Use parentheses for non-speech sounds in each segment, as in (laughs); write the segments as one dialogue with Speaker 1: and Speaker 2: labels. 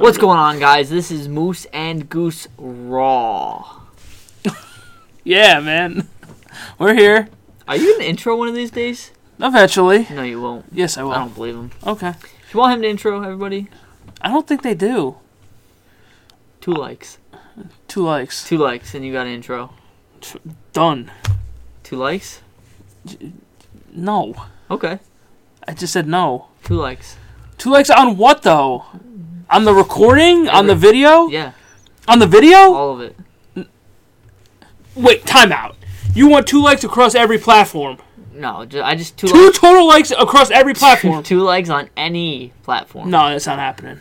Speaker 1: What's going on, guys? This is Moose and Goose Raw.
Speaker 2: Yeah, man. (laughs) We're here.
Speaker 1: Are you gonna intro one of these days?
Speaker 2: Eventually.
Speaker 1: No, you won't.
Speaker 2: Yes, I will.
Speaker 1: I don't believe him.
Speaker 2: Okay.
Speaker 1: Do you want him to intro everybody?
Speaker 2: I don't think they do.
Speaker 1: Two likes.
Speaker 2: Two likes.
Speaker 1: Two likes, and you got an intro.
Speaker 2: Done.
Speaker 1: Two likes?
Speaker 2: No.
Speaker 1: Okay.
Speaker 2: I just said no.
Speaker 1: Two likes.
Speaker 2: Two likes on what, though? On the recording? On the video?
Speaker 1: Yeah,
Speaker 2: On the video?
Speaker 1: all of it.
Speaker 2: Wait, timeout. You want two likes across every platform.
Speaker 1: No, ju- I just two,
Speaker 2: Two total likes across every platform.
Speaker 1: (laughs) likes. two likes on any platform.
Speaker 2: No, that's not happening.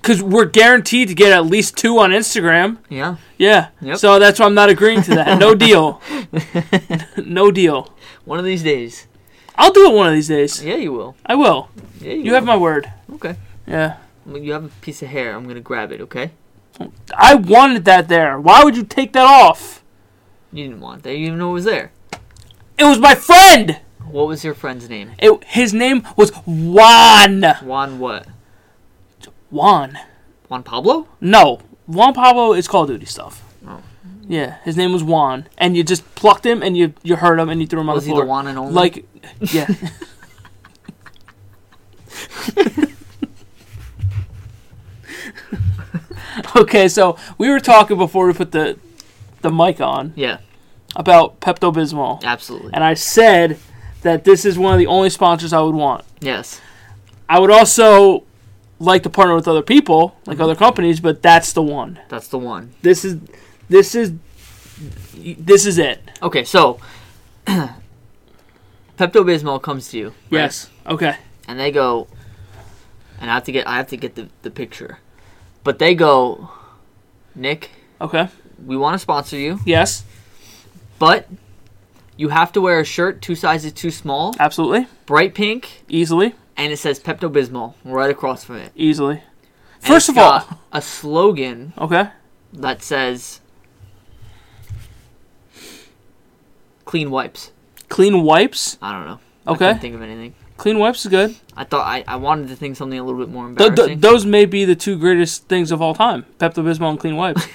Speaker 2: Because we're guaranteed to get at least two on Instagram.
Speaker 1: Yeah. (laughs)
Speaker 2: Yeah.
Speaker 1: Yep.
Speaker 2: So that's why I'm not agreeing to
Speaker 1: (laughs)
Speaker 2: that. No deal. no deal.
Speaker 1: One of these days.
Speaker 2: I'll do it one of these days.
Speaker 1: Yeah, you will.
Speaker 2: I will.
Speaker 1: Yeah, you,
Speaker 2: You have my word.
Speaker 1: my. Okay.
Speaker 2: Yeah.
Speaker 1: You have a piece of hair. I'm gonna grab it. Okay.
Speaker 2: I wanted that there. Why would you take that off?
Speaker 1: You didn't want that. You didn't even know it was there.
Speaker 2: It was my friend.
Speaker 1: What was your friend's name?
Speaker 2: It, his name was Juan.
Speaker 1: Juan what?
Speaker 2: Juan.
Speaker 1: Juan Pablo?
Speaker 2: No. Juan Pablo is Call of Duty stuff.
Speaker 1: Oh.
Speaker 2: Yeah, his name was Juan, and you just plucked him, and you you hurt him, and you threw him on
Speaker 1: Was
Speaker 2: the
Speaker 1: he
Speaker 2: floor.
Speaker 1: the one and only?
Speaker 2: Like,
Speaker 1: (laughs)
Speaker 2: yeah. okay, so we were talking before we put the the mic on
Speaker 1: Yeah,
Speaker 2: about Pepto Bismol,
Speaker 1: absolutely.
Speaker 2: and I said that this is one of the only sponsors I would want.
Speaker 1: Yes.
Speaker 2: I would also like to partner with other people, like other companies, but that's the one.
Speaker 1: That's the one.
Speaker 2: This is this is this is it.
Speaker 1: Okay, so (clears throat) Pepto Bismol comes to you. right?
Speaker 2: Yes. Okay.
Speaker 1: And they go and I have to get I have to get the, the picture. But they go, Nick,
Speaker 2: Okay.
Speaker 1: we want to sponsor you,
Speaker 2: Yes.
Speaker 1: but you have to wear a shirt two sizes too small,
Speaker 2: Absolutely.
Speaker 1: bright pink,
Speaker 2: Easily.
Speaker 1: and it says Pepto Bismol right across from it.
Speaker 2: Easily.
Speaker 1: And
Speaker 2: First
Speaker 1: it's
Speaker 2: of all,
Speaker 1: got a slogan
Speaker 2: okay.
Speaker 1: that says clean wipes.
Speaker 2: Clean wipes.
Speaker 1: I don't know. I
Speaker 2: Okay.
Speaker 1: couldn't think of anything.
Speaker 2: Clean wipes is good.
Speaker 1: I thought I, I wanted to think something a little bit more
Speaker 2: Th-
Speaker 1: embarrassing.
Speaker 2: th- those may be the two greatest things of all time: Pepto Bismol and
Speaker 1: (laughs)
Speaker 2: clean wipes.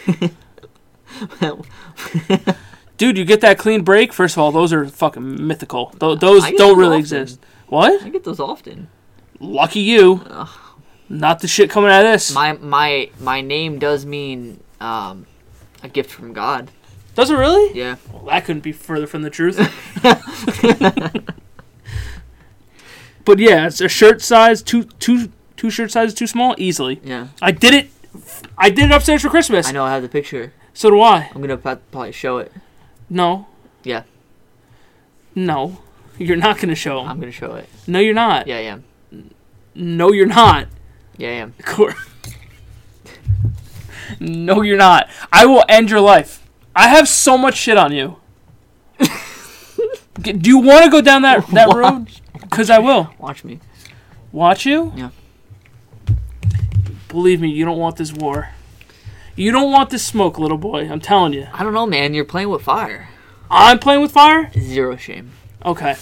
Speaker 2: Dude, you get that clean break. First of all, those are fucking mythical. Th- those
Speaker 1: I get
Speaker 2: don't
Speaker 1: those
Speaker 2: really
Speaker 1: often.
Speaker 2: exist. What?
Speaker 1: I get those often.
Speaker 2: Lucky you.
Speaker 1: Ugh.
Speaker 2: Not the shit coming out of this.
Speaker 1: My my my name does mean um, a gift from God.
Speaker 2: Does it really?
Speaker 1: Yeah.
Speaker 2: Well, that couldn't be further from
Speaker 1: (laughs)
Speaker 2: the truth. but yeah, it's a shirt size two two two shirt sizes too small easily.
Speaker 1: Yeah.
Speaker 2: I did it. I did it upstairs for Christmas.
Speaker 1: I know I have the picture.
Speaker 2: So do I.
Speaker 1: I'm gonna pro- probably show it.
Speaker 2: No.
Speaker 1: Yeah.
Speaker 2: No. You're not gonna show him.
Speaker 1: I'm gonna show it.
Speaker 2: No, you're not.
Speaker 1: Um, Yeah, I am.
Speaker 2: No, you're not.
Speaker 1: Yeah, I am.
Speaker 2: Cor- no, you're not. I will end your life. I have so much shit
Speaker 1: (laughs)
Speaker 2: on you. G- Do you want to go down that that
Speaker 1: Why?
Speaker 2: road? Because I will.
Speaker 1: Watch me.
Speaker 2: Watch you?
Speaker 1: Yeah.
Speaker 2: Believe me, you don't want this war. You don't want this smoke, little boy. I'm telling you.
Speaker 1: I don't know, man. You're playing with fire.
Speaker 2: I'm playing with fire?
Speaker 1: Zero shame.
Speaker 2: Okay.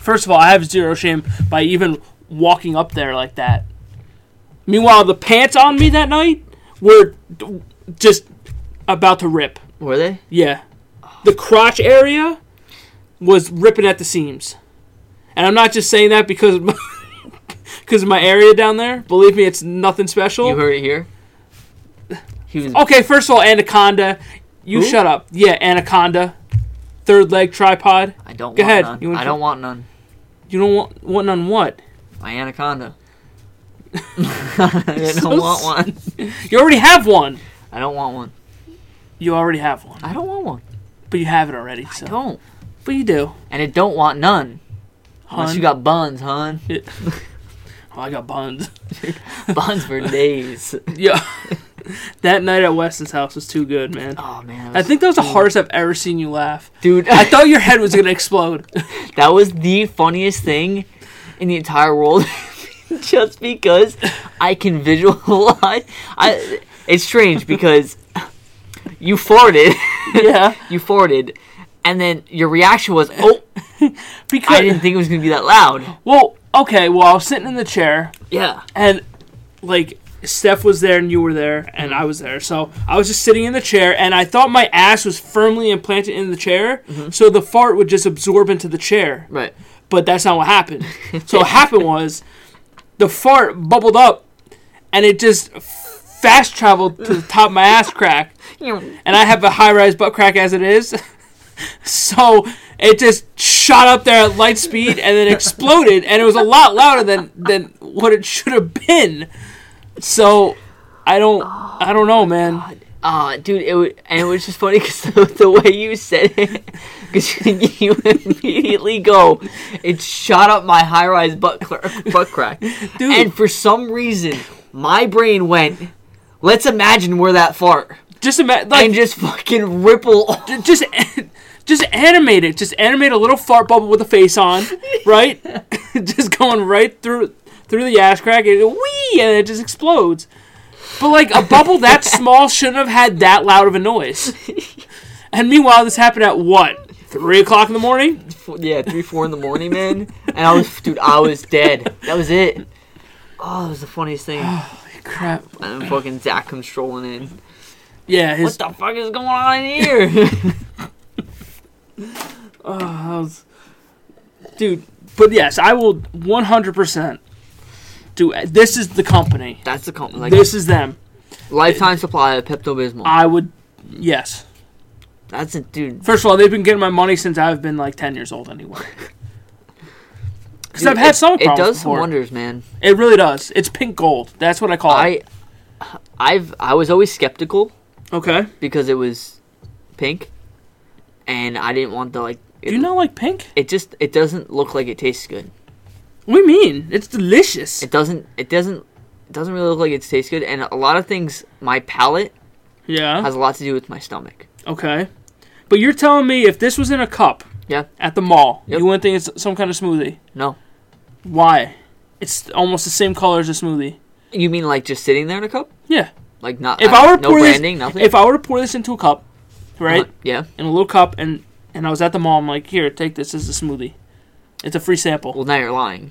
Speaker 2: First of all, I have zero shame by even walking up there like that. Meanwhile, the pants on me that night were d- just about to rip.
Speaker 1: Were they?
Speaker 2: Yeah. The crotch area was ripping at the seams. And I'm not just saying that because of my, (laughs) because of my area down there. Believe me, it's nothing special.
Speaker 1: You heard it here. He was.
Speaker 2: Okay, first of all, Anaconda. You
Speaker 1: Who?
Speaker 2: shut up. Yeah, Anaconda. Third leg tripod.
Speaker 1: I don't
Speaker 2: go
Speaker 1: want
Speaker 2: ahead.
Speaker 1: none.
Speaker 2: You wanna
Speaker 1: I
Speaker 2: try-
Speaker 1: don't want none.
Speaker 2: You don't want want none what?
Speaker 1: My
Speaker 2: (laughs)
Speaker 1: anaconda. (laughs) I
Speaker 2: So
Speaker 1: don't want one.
Speaker 2: You already have one.
Speaker 1: I don't want one.
Speaker 2: You already have one.
Speaker 1: I don't want one.
Speaker 2: But you have it already.
Speaker 1: I
Speaker 2: So.
Speaker 1: don't.
Speaker 2: But you do.
Speaker 1: And it don't want none. Unless
Speaker 2: Hun.
Speaker 1: you got buns,
Speaker 2: (laughs)
Speaker 1: hon.
Speaker 2: Oh, I
Speaker 1: (laughs)
Speaker 2: got buns. (laughs)
Speaker 1: buns for days.
Speaker 2: yeah. that night at Weston's house was too good, man.
Speaker 1: Oh man, that
Speaker 2: I
Speaker 1: was-
Speaker 2: think that was the hardest I've ever seen you laugh.
Speaker 1: dude,
Speaker 2: I thought your head was
Speaker 1: (laughs)
Speaker 2: gonna explode.
Speaker 1: that was the funniest thing in the entire world, (laughs) just because I can visualize. I it's strange because you farted,
Speaker 2: (laughs) yeah.
Speaker 1: you farted, and then your reaction was, "Oh,
Speaker 2: Because
Speaker 1: I didn't think it was gonna be that loud."
Speaker 2: well, okay, well I was sitting in the chair
Speaker 1: Yeah,
Speaker 2: and like Steph was there and you were there and
Speaker 1: Mm-hmm.
Speaker 2: I was there. So I was just sitting in the chair and I thought my ass was firmly implanted in the chair,
Speaker 1: Mm-hmm.
Speaker 2: so the fart would just absorb into the chair.
Speaker 1: Right.
Speaker 2: But that's not what happened. so what happened was the fart bubbled up and it just fast traveled to the top of my ass crack and I have a high rise butt crack as it is. (laughs) so it just shot up there at light speed and then exploded, and it was a lot louder than than what it should have been. So I don't I don't know, man.
Speaker 1: Ah, dude, it was, and it was just funny because (laughs) the, the way you said it, because (laughs) you immediately go, it shot up my high-rise butt, cl- butt (laughs) crack,
Speaker 2: Dude.
Speaker 1: and for some reason, my brain went, let's imagine we're that fart,
Speaker 2: Just imagine, like,
Speaker 1: and just fucking ripple. (laughs) all-
Speaker 2: ju- just (laughs) just animate it. Just animate a little fart bubble with a face on, right? (laughs) just going right through through the ass crack and wee, and it just explodes. But like a bubble that small shouldn't have had that loud of a noise. And meanwhile, this happened at what three o'clock in the morning?
Speaker 1: Four- yeah, three, four in the morning, man. And I was, dude, I was dead. That was it. Oh, it was the funniest (sighs) thing.
Speaker 2: Crap.
Speaker 1: And then fucking Zach comes strolling in.
Speaker 2: Yeah,
Speaker 1: What
Speaker 2: his
Speaker 1: the fuck is going on in here?
Speaker 2: oh, that was- dude. But yes, I will one hundred percent do. This is the company.
Speaker 1: (laughs) That's the company. Like,
Speaker 2: This is them.
Speaker 1: lifetime supply of Pepto Bismol.
Speaker 2: I would. Yes.
Speaker 1: That's it, dude.
Speaker 2: First of all, they've been getting my money since I've been like ten years old, anyway. Because
Speaker 1: Dude,
Speaker 2: I've had
Speaker 1: it-
Speaker 2: some
Speaker 1: It
Speaker 2: problems
Speaker 1: does some
Speaker 2: before. Uh,
Speaker 1: wonders, man.
Speaker 2: It really does. It's pink gold. That's what I call it.
Speaker 1: I, I've I was always skeptical
Speaker 2: Okay.
Speaker 1: because it was pink, and I didn't want the like. It,
Speaker 2: Do you not like pink?
Speaker 1: It just it doesn't look like it tastes good.
Speaker 2: What do you mean? It's delicious.
Speaker 1: It doesn't. It doesn't. It doesn't really look like it tastes good. And a lot of things, my palate
Speaker 2: yeah.
Speaker 1: has a lot to do with my stomach.
Speaker 2: Okay. But you're telling me if this was in a cup
Speaker 1: Yeah.
Speaker 2: at the mall,
Speaker 1: Yep.
Speaker 2: you wouldn't think it's some kind of smoothie.
Speaker 1: No.
Speaker 2: Why? It's almost the same color as a smoothie.
Speaker 1: You mean like just sitting there in a cup?
Speaker 2: Yeah.
Speaker 1: Like not.
Speaker 2: If I were to
Speaker 1: no
Speaker 2: pour this-
Speaker 1: branding, nothing.
Speaker 2: If I were to pour this into a cup, right,
Speaker 1: Uh, yeah.
Speaker 2: in a little cup, and and I was at the mall, I'm like, here, take this as a smoothie. It's a free sample.
Speaker 1: Well, now you're lying.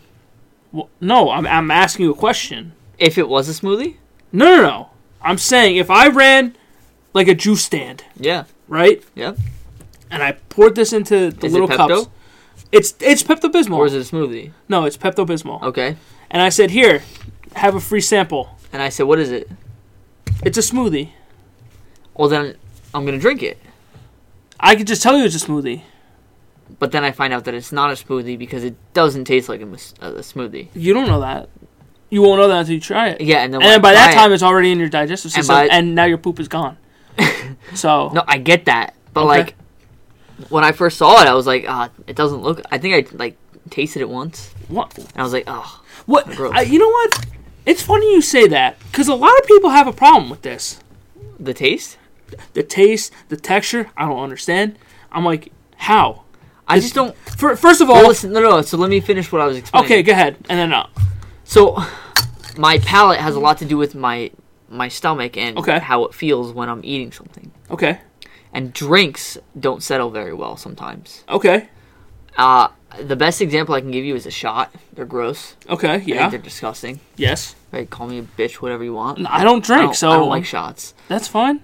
Speaker 2: Well, no, I'm, I'm asking you a question.
Speaker 1: If it was a smoothie,
Speaker 2: No, no, no. I'm saying if I ran like a juice stand,
Speaker 1: yeah,
Speaker 2: right,
Speaker 1: yeah.
Speaker 2: and I poured this into the
Speaker 1: Is it
Speaker 2: little
Speaker 1: Pepto?
Speaker 2: cups, it's it's Pepto
Speaker 1: Or is
Speaker 2: Bismol.
Speaker 1: it a smoothie?
Speaker 2: No, it's Pepto Bismol.
Speaker 1: Okay.
Speaker 2: And I said, here, have a free sample.
Speaker 1: And I said, what is it?
Speaker 2: It's a smoothie.
Speaker 1: Well, then I'm gonna drink it.
Speaker 2: I could just tell you it's a smoothie.
Speaker 1: But then I find out that it's not a smoothie because it doesn't taste like a, mus- a smoothie.
Speaker 2: You don't know that. You won't know that until you try it.
Speaker 1: Yeah, and then when
Speaker 2: and
Speaker 1: I
Speaker 2: then by
Speaker 1: buy
Speaker 2: that
Speaker 1: it-
Speaker 2: time, it's already in your digestive system,
Speaker 1: by-
Speaker 2: and, now your poop
Speaker 1: (laughs)
Speaker 2: is gone. so
Speaker 1: no, I get that, but
Speaker 2: Okay.
Speaker 1: like when I first saw it, I was like, ah, it doesn't look. I think I like tasted it once,
Speaker 2: what?
Speaker 1: and I was like, oh,
Speaker 2: What?
Speaker 1: Gross.
Speaker 2: I, you know what? It's funny you say that because a lot of people have a problem with this.
Speaker 1: the taste.
Speaker 2: the taste, the texture. I don't understand. I'm like, how?
Speaker 1: I just don't.
Speaker 2: Fir- first of all,
Speaker 1: Well, listen, no, no, no. So let me finish what I was explaining.
Speaker 2: okay, go ahead, and then uh,
Speaker 1: So my palate has a lot to do with my my stomach and
Speaker 2: Okay.
Speaker 1: how it feels when I'm eating something.
Speaker 2: okay,
Speaker 1: And drinks don't settle very well sometimes.
Speaker 2: okay,
Speaker 1: Uh, the best example I can give you is a shot. They're gross.
Speaker 2: okay,
Speaker 1: I think
Speaker 2: yeah,
Speaker 1: they're disgusting.
Speaker 2: yes.
Speaker 1: Right? Call me a bitch, whatever you want.
Speaker 2: I don't
Speaker 1: I
Speaker 2: drink,
Speaker 1: don't-
Speaker 2: so
Speaker 1: I don't like shots.
Speaker 2: that's fine.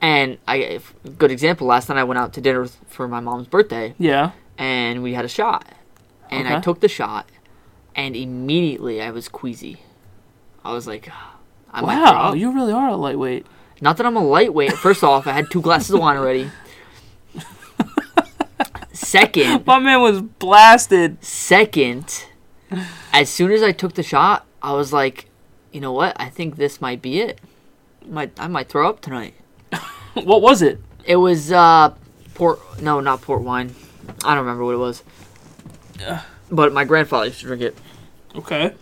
Speaker 1: And I if- good example. Last night I went out to dinner with, for my mom's birthday,
Speaker 2: Yeah,
Speaker 1: and we had a shot. And I
Speaker 2: Okay.
Speaker 1: took the shot, and immediately I was queasy. I was like, I might throw
Speaker 2: wow,
Speaker 1: up.
Speaker 2: you really are a lightweight.
Speaker 1: Not that I'm a lightweight. First off, I had two glasses of wine
Speaker 2: (laughs)
Speaker 1: already. Second,
Speaker 2: My man was blasted.
Speaker 1: Second, as soon as I took the shot, I was like, you know what? I think this might be it. Might I might throw up tonight.
Speaker 2: (laughs) What was it?
Speaker 1: It was uh port no, not port wine. I don't remember what it was. But my grandfather used to drink it.
Speaker 2: (laughs) Okay.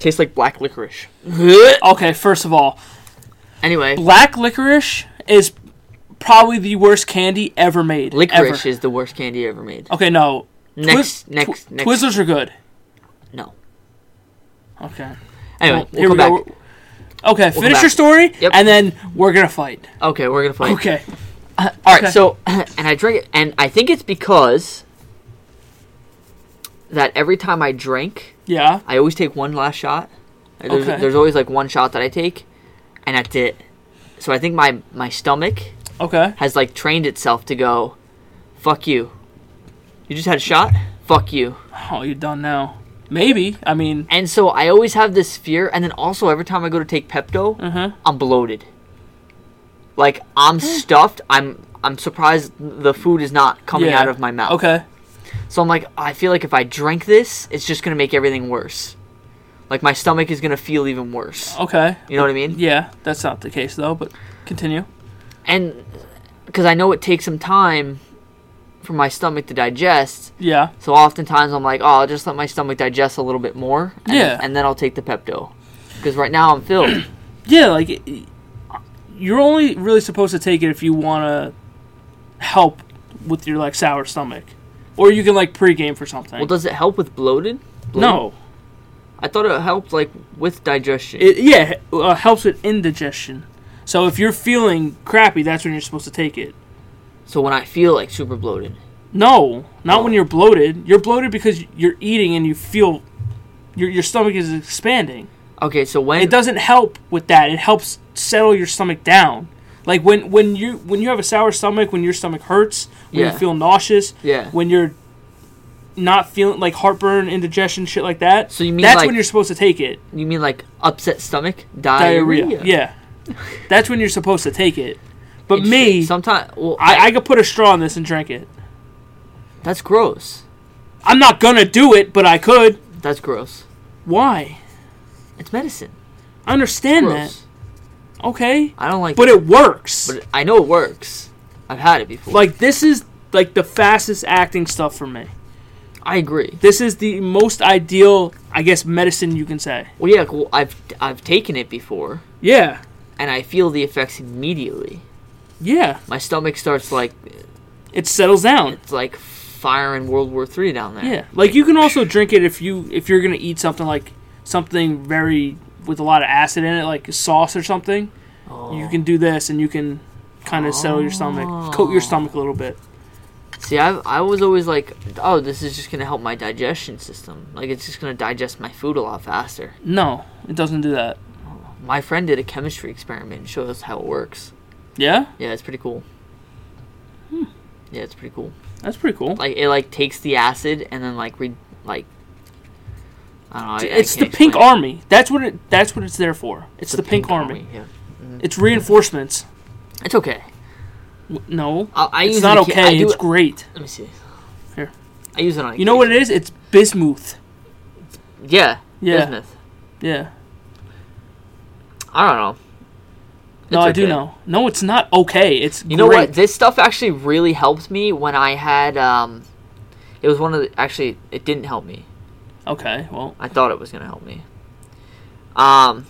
Speaker 1: Tastes like black licorice.
Speaker 2: Okay, first of all,
Speaker 1: Anyway,
Speaker 2: black licorice is probably the worst candy ever made.
Speaker 1: licorice
Speaker 2: ever.
Speaker 1: is the worst candy ever made.
Speaker 2: Okay, no.
Speaker 1: Next,
Speaker 2: Twiz-
Speaker 1: next,
Speaker 2: Twi-
Speaker 1: next.
Speaker 2: Twizzlers are good.
Speaker 1: No.
Speaker 2: Okay.
Speaker 1: Anyway,
Speaker 2: Well,
Speaker 1: we'll come back.
Speaker 2: Okay, finish
Speaker 1: back.
Speaker 2: your story,
Speaker 1: Yep.
Speaker 2: and then we're gonna fight.
Speaker 1: Okay, we're gonna fight.
Speaker 2: Okay.
Speaker 1: All right,
Speaker 2: Okay.
Speaker 1: so (clears throat) and I drink it, and I think it's because that every time I drink,
Speaker 2: Yeah.
Speaker 1: I always take one last shot, There's,
Speaker 2: Okay.
Speaker 1: there's always like one shot that I take, and that's it. So I think my my stomach
Speaker 2: Okay.
Speaker 1: has like trained itself to go, fuck you. You just had a shot. Fuck you.
Speaker 2: Oh, you're done now. Maybe. I mean,
Speaker 1: And so I always have this fear, and then also every time I go to take Pepto,
Speaker 2: uh-huh.
Speaker 1: I'm bloated. Like
Speaker 2: (gasps)
Speaker 1: I'm stuffed. I'm I'm surprised the food is not coming
Speaker 2: Yeah.
Speaker 1: out of my mouth.
Speaker 2: Okay.
Speaker 1: So I'm like, I feel like if I drink this, it's just gonna make everything worse. Like my stomach is gonna feel even worse.
Speaker 2: Okay.
Speaker 1: You know what I mean?
Speaker 2: Yeah, that's not the case though, but continue.
Speaker 1: And because I know it takes some time for my stomach to digest,
Speaker 2: Yeah.
Speaker 1: so oftentimes I'm like, oh, I'll just let my stomach digest a little bit more. And,
Speaker 2: Yeah.
Speaker 1: And then I'll take the Pepto. Because right now I'm filled.
Speaker 2: (clears throat) Yeah, like it- you're only really supposed to take it if you want to help with your like sour stomach, or you can like pregame for something.
Speaker 1: well, does it help with bloated? Bloated?
Speaker 2: no,
Speaker 1: I thought it helped like with digestion.
Speaker 2: it yeah it, uh, helps with indigestion. So if you're feeling crappy, that's when you're supposed to take it.
Speaker 1: so when I feel like super bloated,
Speaker 2: No, not when you're bloated. You're bloated because you're eating and you feel your your stomach is expanding.
Speaker 1: okay. So when
Speaker 2: it doesn't help with that. It helps settle your stomach down. Like when when you when you have a sour stomach, when your stomach hurts, when
Speaker 1: Yeah.
Speaker 2: you feel nauseous,
Speaker 1: Yeah.
Speaker 2: when you're not feeling like heartburn, indigestion, shit like that.
Speaker 1: So you mean
Speaker 2: that's
Speaker 1: like
Speaker 2: when you're supposed to take it.
Speaker 1: you mean like upset stomach,
Speaker 2: Diarrhea.
Speaker 1: diarrhea?
Speaker 2: Yeah. that's when you're supposed to take it. But
Speaker 1: Interesting.
Speaker 2: me,
Speaker 1: sometimes well,
Speaker 2: I, I could put a straw in this and drink it.
Speaker 1: that's gross.
Speaker 2: I'm not gonna do it, but I could.
Speaker 1: That's gross.
Speaker 2: Why?
Speaker 1: It's medicine.
Speaker 2: I understand
Speaker 1: Gross.
Speaker 2: that. Okay.
Speaker 1: I don't like.
Speaker 2: But
Speaker 1: it,
Speaker 2: it works.
Speaker 1: but I know it works. I've had it before.
Speaker 2: like this is like the fastest acting stuff for me.
Speaker 1: I agree.
Speaker 2: This is the most ideal, I guess, medicine you can say.
Speaker 1: Well, yeah, well, I've I've taken it before,
Speaker 2: Yeah,
Speaker 1: and I feel the effects immediately.
Speaker 2: yeah.
Speaker 1: My stomach starts like
Speaker 2: It settles down.
Speaker 1: it's like firing World War Three down there.
Speaker 2: Yeah, like you can also drink it if you if you're gonna eat something like something very with a lot of acid in it, like sauce or something.
Speaker 1: Oh.
Speaker 2: You can do this, and you can kind of settle your stomach, coat your stomach a little bit.
Speaker 1: See, I I was always like, oh, this is just gonna help my digestion system. Like it's just gonna digest my food a lot faster.
Speaker 2: No, it doesn't do that.
Speaker 1: My friend did a chemistry experiment and showed us how it works.
Speaker 2: Yeah,
Speaker 1: Yeah, it's pretty cool.
Speaker 2: Hmm.
Speaker 1: Yeah, it's pretty cool.
Speaker 2: that's pretty cool.
Speaker 1: Like it like takes the acid and then like re like. I don't know. I- I
Speaker 2: It's the
Speaker 1: can't
Speaker 2: pink
Speaker 1: explain it.
Speaker 2: army. That's what it. That's what it's there for. It's, the, pink, army.
Speaker 1: Yeah.
Speaker 2: It's reinforcements.
Speaker 1: It's okay.
Speaker 2: W- No,
Speaker 1: I, I use
Speaker 2: it's
Speaker 1: it
Speaker 2: not
Speaker 1: oca- I
Speaker 2: okay.
Speaker 1: do
Speaker 2: It's
Speaker 1: it-
Speaker 2: great.
Speaker 1: Let me see.
Speaker 2: Here.
Speaker 1: I use it on.
Speaker 2: You know what it is? It's bismuth.
Speaker 1: occasion. Yeah.
Speaker 2: Yeah.
Speaker 1: Bismuth.
Speaker 2: Yeah.
Speaker 1: I don't know.
Speaker 2: No,
Speaker 1: It's
Speaker 2: I do
Speaker 1: okay.
Speaker 2: know. No, it's not okay. It's
Speaker 1: You know
Speaker 2: great.
Speaker 1: what? This stuff actually really helped me when I had. Um, it was one of the. Actually, it didn't help me.
Speaker 2: Okay. Well,
Speaker 1: I thought it was gonna help me. Um,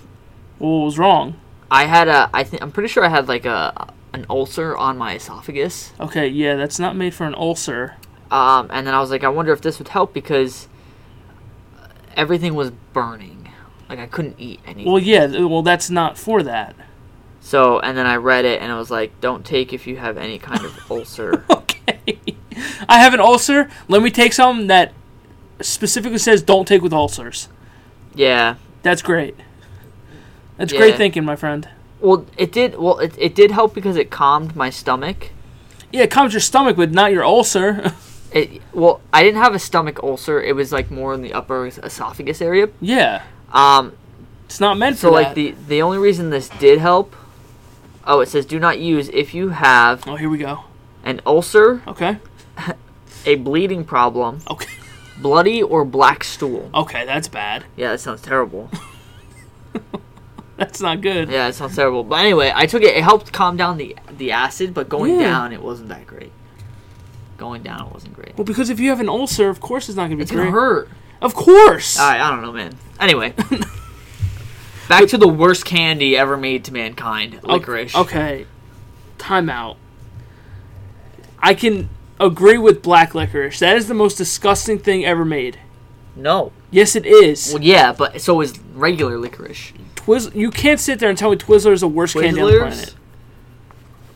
Speaker 2: what was wrong?
Speaker 1: I had a. I think I'm pretty sure I had like a an ulcer on my esophagus.
Speaker 2: Okay. Yeah, that's not made for an ulcer.
Speaker 1: Um, and then I was like, I wonder if this would help because everything was burning. Like I couldn't eat anything.
Speaker 2: Well, yeah. th- Well, that's not for that.
Speaker 1: so and then I read it and it was like, don't take if you have any kind of ulcer.
Speaker 2: (laughs) Okay. I have an ulcer. Let me take something that specifically says don't take with ulcers.
Speaker 1: Yeah.
Speaker 2: That's great. That's
Speaker 1: Yeah.
Speaker 2: great thinking, my friend.
Speaker 1: Well, it did. Well, it it did help because it calmed my stomach.
Speaker 2: Yeah, it calms your stomach, but not your ulcer. (laughs)
Speaker 1: It, well, I didn't have a stomach ulcer. It was like more in the upper esophagus area.
Speaker 2: yeah,
Speaker 1: Um,
Speaker 2: it's not meant
Speaker 1: so
Speaker 2: for
Speaker 1: like
Speaker 2: that.
Speaker 1: the the only reason this did help. Oh, it says do not use if you have
Speaker 2: oh, here we go.
Speaker 1: an ulcer,
Speaker 2: Okay.
Speaker 1: a bleeding problem,
Speaker 2: Okay. (laughs)
Speaker 1: bloody or black stool.
Speaker 2: Okay, that's bad. (laughs)
Speaker 1: Yeah, that sounds terrible.
Speaker 2: That's not good.
Speaker 1: Yeah, that sounds terrible. But anyway, I took it. It helped calm down the the acid, but going
Speaker 2: Yeah.
Speaker 1: down it wasn't that great. Going down it wasn't great.
Speaker 2: Well, because if you have an ulcer, of course it's not gonna be
Speaker 1: It's
Speaker 2: great.
Speaker 1: gonna hurt.
Speaker 2: Of course.
Speaker 1: All right, I don't know, man.
Speaker 2: (laughs)
Speaker 1: Anyway, back to the worst candy ever made to mankind,
Speaker 2: O-
Speaker 1: licorice.
Speaker 2: Okay. Time out. I can agree with black licorice. That is the most disgusting thing ever made.
Speaker 1: No.
Speaker 2: Yes, it is.
Speaker 1: Well, yeah, but so is regular licorice.
Speaker 2: Twizzler. You can't sit there and tell me Twizzler is the worst candy on the
Speaker 1: Twizzlers
Speaker 2: planet.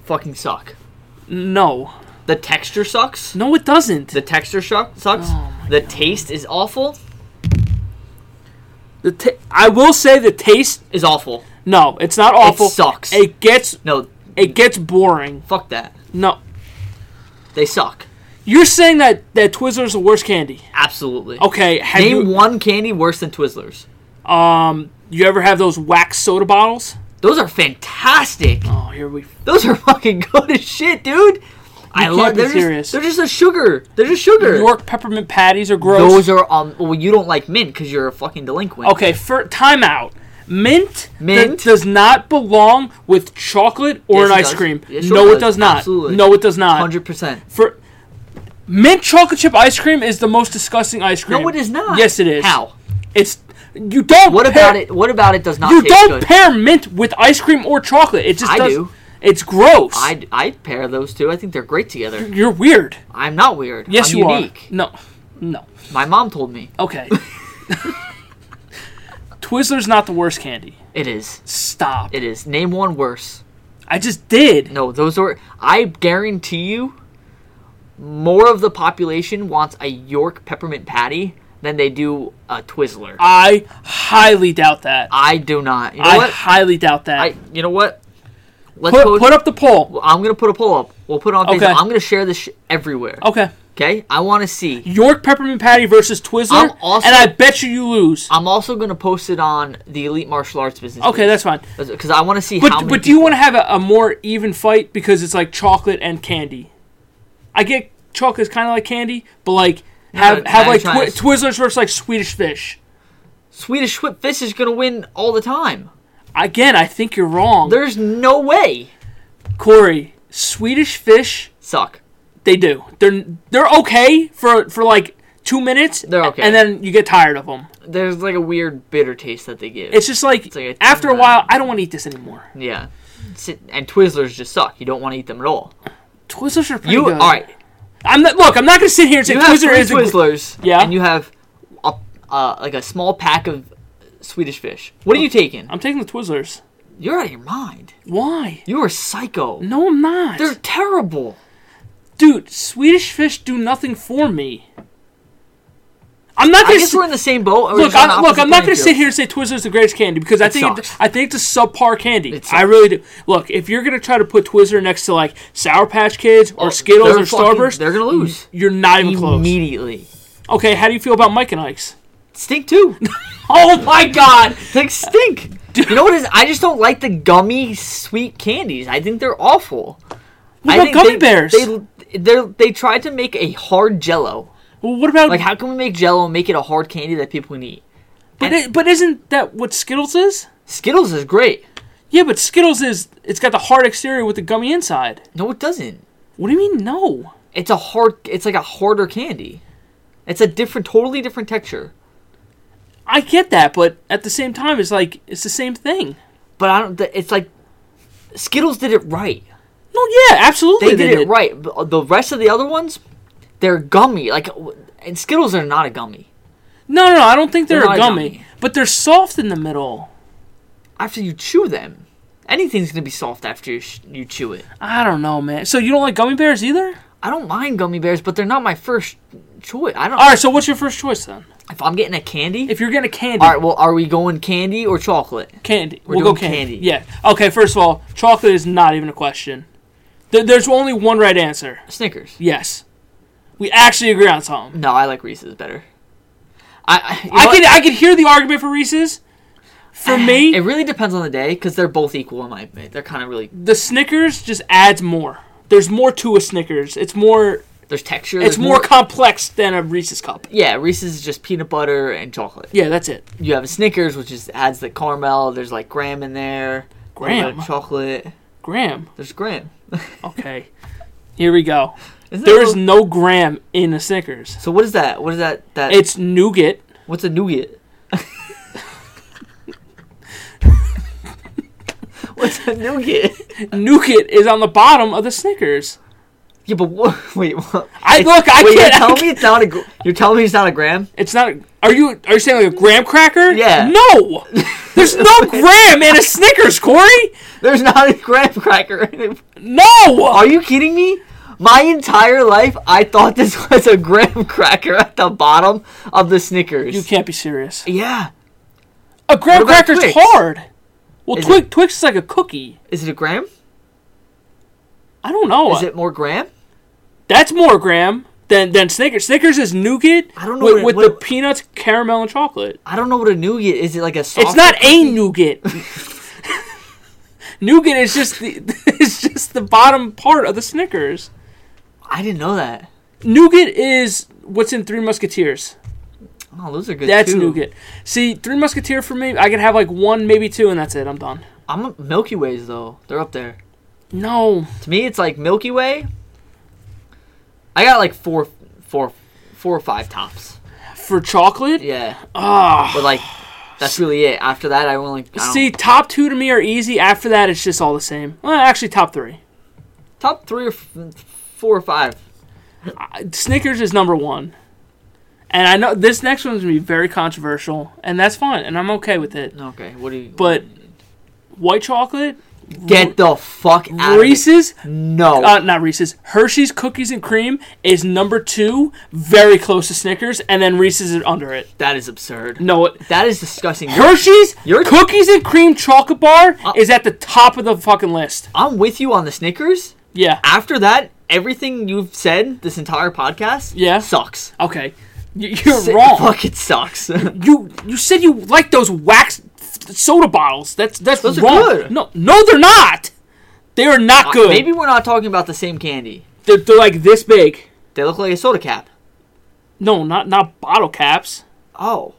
Speaker 1: fucking suck.
Speaker 2: No,
Speaker 1: The texture sucks.
Speaker 2: no, it doesn't.
Speaker 1: The texture shuck sucks.
Speaker 2: Oh my
Speaker 1: the taste is awful.
Speaker 2: The ta- I will say the taste.
Speaker 1: Is awful.
Speaker 2: No, it's not awful.
Speaker 1: sucks.
Speaker 2: It gets
Speaker 1: No,
Speaker 2: it gets boring.
Speaker 1: fuck that.
Speaker 2: No,
Speaker 1: They suck.
Speaker 2: you're saying that that Twizzlers the worst candy.
Speaker 1: Absolutely.
Speaker 2: Okay, have
Speaker 1: Name
Speaker 2: you, um,
Speaker 1: one candy worse than Twizzlers.
Speaker 2: you ever have those wax soda bottles?
Speaker 1: Those are fantastic.
Speaker 2: Oh, here we.
Speaker 1: Those are (laughs) fucking good as shit, dude. I
Speaker 2: can't
Speaker 1: love.
Speaker 2: be
Speaker 1: They're just,
Speaker 2: serious.
Speaker 1: they're just a sugar. They're just sugar.
Speaker 2: York peppermint patties are gross.
Speaker 1: Those are um. Well, you don't like mint because you're a fucking delinquent.
Speaker 2: Okay, for timeout. Mint, th-
Speaker 1: Mint?
Speaker 2: does not belong with chocolate or
Speaker 1: Yes,
Speaker 2: an
Speaker 1: it
Speaker 2: ice
Speaker 1: does.
Speaker 2: cream.
Speaker 1: Yes, sure
Speaker 2: no, it
Speaker 1: does.
Speaker 2: does not.
Speaker 1: Absolutely.
Speaker 2: No, it does not.
Speaker 1: Hundred percent.
Speaker 2: For mint chocolate chip ice cream is the most disgusting ice cream.
Speaker 1: No, it is not.
Speaker 2: Yes, it is.
Speaker 1: How?
Speaker 2: It's you don't.
Speaker 1: What
Speaker 2: pair-
Speaker 1: about it? What about it? Does not.
Speaker 2: You
Speaker 1: taste
Speaker 2: don't
Speaker 1: Good?
Speaker 2: pair mint with ice cream or chocolate. It just
Speaker 1: I
Speaker 2: does.
Speaker 1: do.
Speaker 2: It's gross.
Speaker 1: I I pair those two. I think they're great together.
Speaker 2: You're weird.
Speaker 1: I'm not weird.
Speaker 2: Yes,
Speaker 1: I'm
Speaker 2: you
Speaker 1: unique.
Speaker 2: are. No, no.
Speaker 1: My mom told me (laughs)
Speaker 2: Okay. Twizzler's not the worst candy.
Speaker 1: it is.
Speaker 2: Stop.
Speaker 1: It is. Name one worse.
Speaker 2: I just did.
Speaker 1: No, those are. I guarantee you, more of the population wants a York peppermint patty than they do a Twizzler. I,
Speaker 2: I highly doubt that.
Speaker 1: do not. You know
Speaker 2: I
Speaker 1: what?
Speaker 2: highly doubt that.
Speaker 1: I. You know what? Let's
Speaker 2: put,
Speaker 1: post-
Speaker 2: put up the poll.
Speaker 1: I'm gonna put a poll up. We'll put it on Facebook.
Speaker 2: Okay. Oh.
Speaker 1: I'm gonna share this sh- everywhere.
Speaker 2: Okay.
Speaker 1: Okay. I want to see.
Speaker 2: York peppermint patty versus
Speaker 1: I'm
Speaker 2: Twizzler,
Speaker 1: also-
Speaker 2: and I bet you you lose.
Speaker 1: I'm also gonna post it on the Elite Martial Arts business.
Speaker 2: okay, that's fine.
Speaker 1: because I want to see how.
Speaker 2: But
Speaker 1: Many
Speaker 2: but do you want to have a, a more even fight because it's like chocolate and candy? I get chocolate is kind of like candy, but like have
Speaker 1: but
Speaker 2: have
Speaker 1: now
Speaker 2: like
Speaker 1: you're
Speaker 2: twi-
Speaker 1: trying to-
Speaker 2: Twizzlers versus like Swedish Fish.
Speaker 1: Swedish Whip Fish is gonna win all the time.
Speaker 2: Again, I think you're wrong,
Speaker 1: There's no way.
Speaker 2: Corey. Swedish Fish,
Speaker 1: Suck.
Speaker 2: they do. They're they're okay for for like two minutes.
Speaker 1: They're okay.
Speaker 2: and then you get tired of them.
Speaker 1: There's like a weird bitter taste that they give.
Speaker 2: It's just like,
Speaker 1: like a-
Speaker 2: after a while, I don't want to eat this anymore.
Speaker 1: Yeah. Sit- And Twizzlers just suck. You don't want to eat them at all.
Speaker 2: Twizzlers are pretty
Speaker 1: You
Speaker 2: good.
Speaker 1: all right?
Speaker 2: I'm not. Look, I'm not gonna sit here and say
Speaker 1: You have
Speaker 2: Twizzler
Speaker 1: three
Speaker 2: is the gr-
Speaker 1: Twizzlers.
Speaker 2: Yeah.
Speaker 1: And you have a, uh, like a small pack of Swedish fish. What are you taking?
Speaker 2: I'm taking the Twizzlers.
Speaker 1: You're out of your mind.
Speaker 2: Why?
Speaker 1: You are psycho.
Speaker 2: No, I'm not.
Speaker 1: They're terrible.
Speaker 2: Dude, Swedish fish do nothing for me. I'm not
Speaker 1: I
Speaker 2: gonna
Speaker 1: guess
Speaker 2: sit-
Speaker 1: we're in the same boat.
Speaker 2: look. I'm, look, I'm not gonna sit here and say Twizzlers the greatest candy because I
Speaker 1: It
Speaker 2: think it,
Speaker 1: sucks.
Speaker 2: I think it's a subpar candy.
Speaker 1: It
Speaker 2: I
Speaker 1: sucks.
Speaker 2: really do. Look, if you're gonna try to put Twizzler next to like Sour Patch Kids or
Speaker 1: Oh,
Speaker 2: Skittles
Speaker 1: they're
Speaker 2: or
Speaker 1: fucking-
Speaker 2: Starburst,
Speaker 1: they're gonna lose.
Speaker 2: You're not even close.
Speaker 1: immediately.
Speaker 2: Okay, how do you feel about Mike and Ike's?
Speaker 1: Stink
Speaker 2: (laughs)
Speaker 1: too.
Speaker 2: Oh my God!
Speaker 1: like stink. You know what is? I just don't like the gummy sweet candies. I think they're awful. I
Speaker 2: about
Speaker 1: think
Speaker 2: gummy
Speaker 1: they,
Speaker 2: bears?
Speaker 1: They they they tried to make a hard Jello.
Speaker 2: Well, what about
Speaker 1: Like, how can we make Jello and make it a hard candy that people can eat?
Speaker 2: But, it, but isn't that what Skittles is?
Speaker 1: Skittles is great.
Speaker 2: Yeah, but Skittles is it's got the hard exterior with the gummy inside.
Speaker 1: No, it doesn't.
Speaker 2: What do you mean no?
Speaker 1: It's a hard. It's like a harder candy. It's a different, totally different texture.
Speaker 2: I get that, but at the same time, it's like it's the same thing.
Speaker 1: But I don't. th- It's like Skittles did it right.
Speaker 2: No, yeah, absolutely.
Speaker 1: They did it right. But The rest of the other ones, they're gummy. Like, w- and Skittles are not a gummy.
Speaker 2: No, no, no, I don't think they're,
Speaker 1: They're
Speaker 2: a
Speaker 1: not
Speaker 2: gummy,
Speaker 1: gummy.
Speaker 2: but they're soft in the middle.
Speaker 1: After you chew them, anything's gonna be soft after you, sh- you chew it.
Speaker 2: I don't know, man. So you don't like gummy bears either?
Speaker 1: I don't mind gummy bears, but they're not my first choice. I don't.
Speaker 2: All right. So what's your first choice then?
Speaker 1: If I'm getting a candy,
Speaker 2: If you're getting a candy,
Speaker 1: All right. Well, are we going candy or chocolate?
Speaker 2: candy,
Speaker 1: we're
Speaker 2: we'll go
Speaker 1: doing
Speaker 2: candy.
Speaker 1: candy.
Speaker 2: Yeah. Okay. First of all, chocolate is not even a question. There, there's only one right answer.
Speaker 1: Snickers.
Speaker 2: Yes. We actually agree on something.
Speaker 1: No, I like Reese's better. I I, you know
Speaker 2: I
Speaker 1: what? Ah,
Speaker 2: can I can hear the argument for Reese's. For me,
Speaker 1: It really depends on the day because they're both equal in my opinion. They're kind of really.
Speaker 2: the Snickers just adds more. There's more to a Snickers. It's more
Speaker 1: There's texture.
Speaker 2: it's
Speaker 1: there's
Speaker 2: more complex than a Reese's cup.
Speaker 1: yeah, Reese's is just peanut butter and chocolate.
Speaker 2: Yeah, that's it.
Speaker 1: You have a Snickers, which is adds the caramel. There's like graham in there. a little bit of
Speaker 2: Graham?
Speaker 1: Chocolate.
Speaker 2: Graham.
Speaker 1: There's graham. (laughs)
Speaker 2: Okay. Here we go.
Speaker 1: Isn't that
Speaker 2: There is
Speaker 1: real-
Speaker 2: no graham in a Snickers.
Speaker 1: So what is that? What is that? That
Speaker 2: It's nougat.
Speaker 1: what's a
Speaker 2: (laughs)
Speaker 1: nougat? what's a
Speaker 2: (laughs)
Speaker 1: nougat?
Speaker 2: Nougat is on the bottom of the Snickers.
Speaker 1: Yeah, but what? Wait, what?
Speaker 2: I-
Speaker 1: It's-
Speaker 2: look, I
Speaker 1: wait,
Speaker 2: can't- I
Speaker 1: You're telling
Speaker 2: (laughs) can't-
Speaker 1: me it's not a. gr- You're telling me it's not a gram.
Speaker 2: It's not. Are you are you saying like a graham cracker?
Speaker 1: Yeah. (laughs)
Speaker 2: No. There's no graham in a Snickers, Corey.
Speaker 1: There's not a graham cracker. in it.
Speaker 2: No.
Speaker 1: Are you kidding me? My entire life, I thought this (laughs) was a graham cracker at the bottom of the Snickers.
Speaker 2: You can't be serious.
Speaker 1: yeah,
Speaker 2: A graham
Speaker 1: What about
Speaker 2: cracker's
Speaker 1: Twix?
Speaker 2: hard. Well,
Speaker 1: Is
Speaker 2: Twix, Twix is like a cookie.
Speaker 1: Is it a gram?
Speaker 2: I don't know.
Speaker 1: Is it more gram?
Speaker 2: That's more graham than than Snickers. Snickers is nougat.
Speaker 1: I don't know
Speaker 2: with,
Speaker 1: what it-
Speaker 2: with
Speaker 1: what-
Speaker 2: the peanuts, caramel, and chocolate.
Speaker 1: I don't know what a nougat is. It like a soft.
Speaker 2: It's not
Speaker 1: (laughs)
Speaker 2: a nougat. (laughs) nougat is just the (laughs) it's just the bottom part of the Snickers.
Speaker 1: I didn't know that.
Speaker 2: Nougat is what's in Three Musketeers.
Speaker 1: Oh, those are good.
Speaker 2: That's
Speaker 1: too.
Speaker 2: nougat. See, Three Musketeer for me, I could have like one, maybe two, and that's it. I'm done.
Speaker 1: I'm a- Milky Ways though. They're up there.
Speaker 2: No,
Speaker 1: To me, it's like Milky Way. I got like four, four, four or five tops.
Speaker 2: for chocolate.
Speaker 1: Yeah,
Speaker 2: Ah.
Speaker 1: but like (sighs) that's really it. After that, I only I don't-
Speaker 2: See, top two to me are easy. After that, it's just all the same. Well, actually, top three.
Speaker 1: top three or f- four or five.
Speaker 2: Snickers is number one. And I know this next one's gonna be very controversial, and that's fine, and I'm okay with it.
Speaker 1: Okay, what do you?
Speaker 2: But white chocolate,
Speaker 1: get the fuck out. Reese?
Speaker 2: Reese's,
Speaker 1: No,
Speaker 2: uh, not Reese's, Hershey's cookies and cream is number two, very close to Snickers, and then Reese's is under it.
Speaker 1: that is absurd.
Speaker 2: No, it,
Speaker 1: That is disgusting.
Speaker 2: Hershey's
Speaker 1: You're- Uh,
Speaker 2: cookies and cream chocolate bar is at the top of the fucking list.
Speaker 1: I'm with you on the Snickers.
Speaker 2: Yeah.
Speaker 1: After that, everything you've said this entire podcast,
Speaker 2: Yeah.
Speaker 1: sucks.
Speaker 2: Okay. Y- You're
Speaker 1: Si-
Speaker 2: wrong.
Speaker 1: Fuck, it sucks. (laughs)
Speaker 2: You you said you like those wax soda bottles. That's that's
Speaker 1: Those are
Speaker 2: wrong.
Speaker 1: good.
Speaker 2: No, no, they're not. They are not good.
Speaker 1: Maybe we're not talking about the same candy.
Speaker 2: they're, they're like this big.
Speaker 1: They look like a soda cap.
Speaker 2: No, not not bottle caps.
Speaker 1: Oh,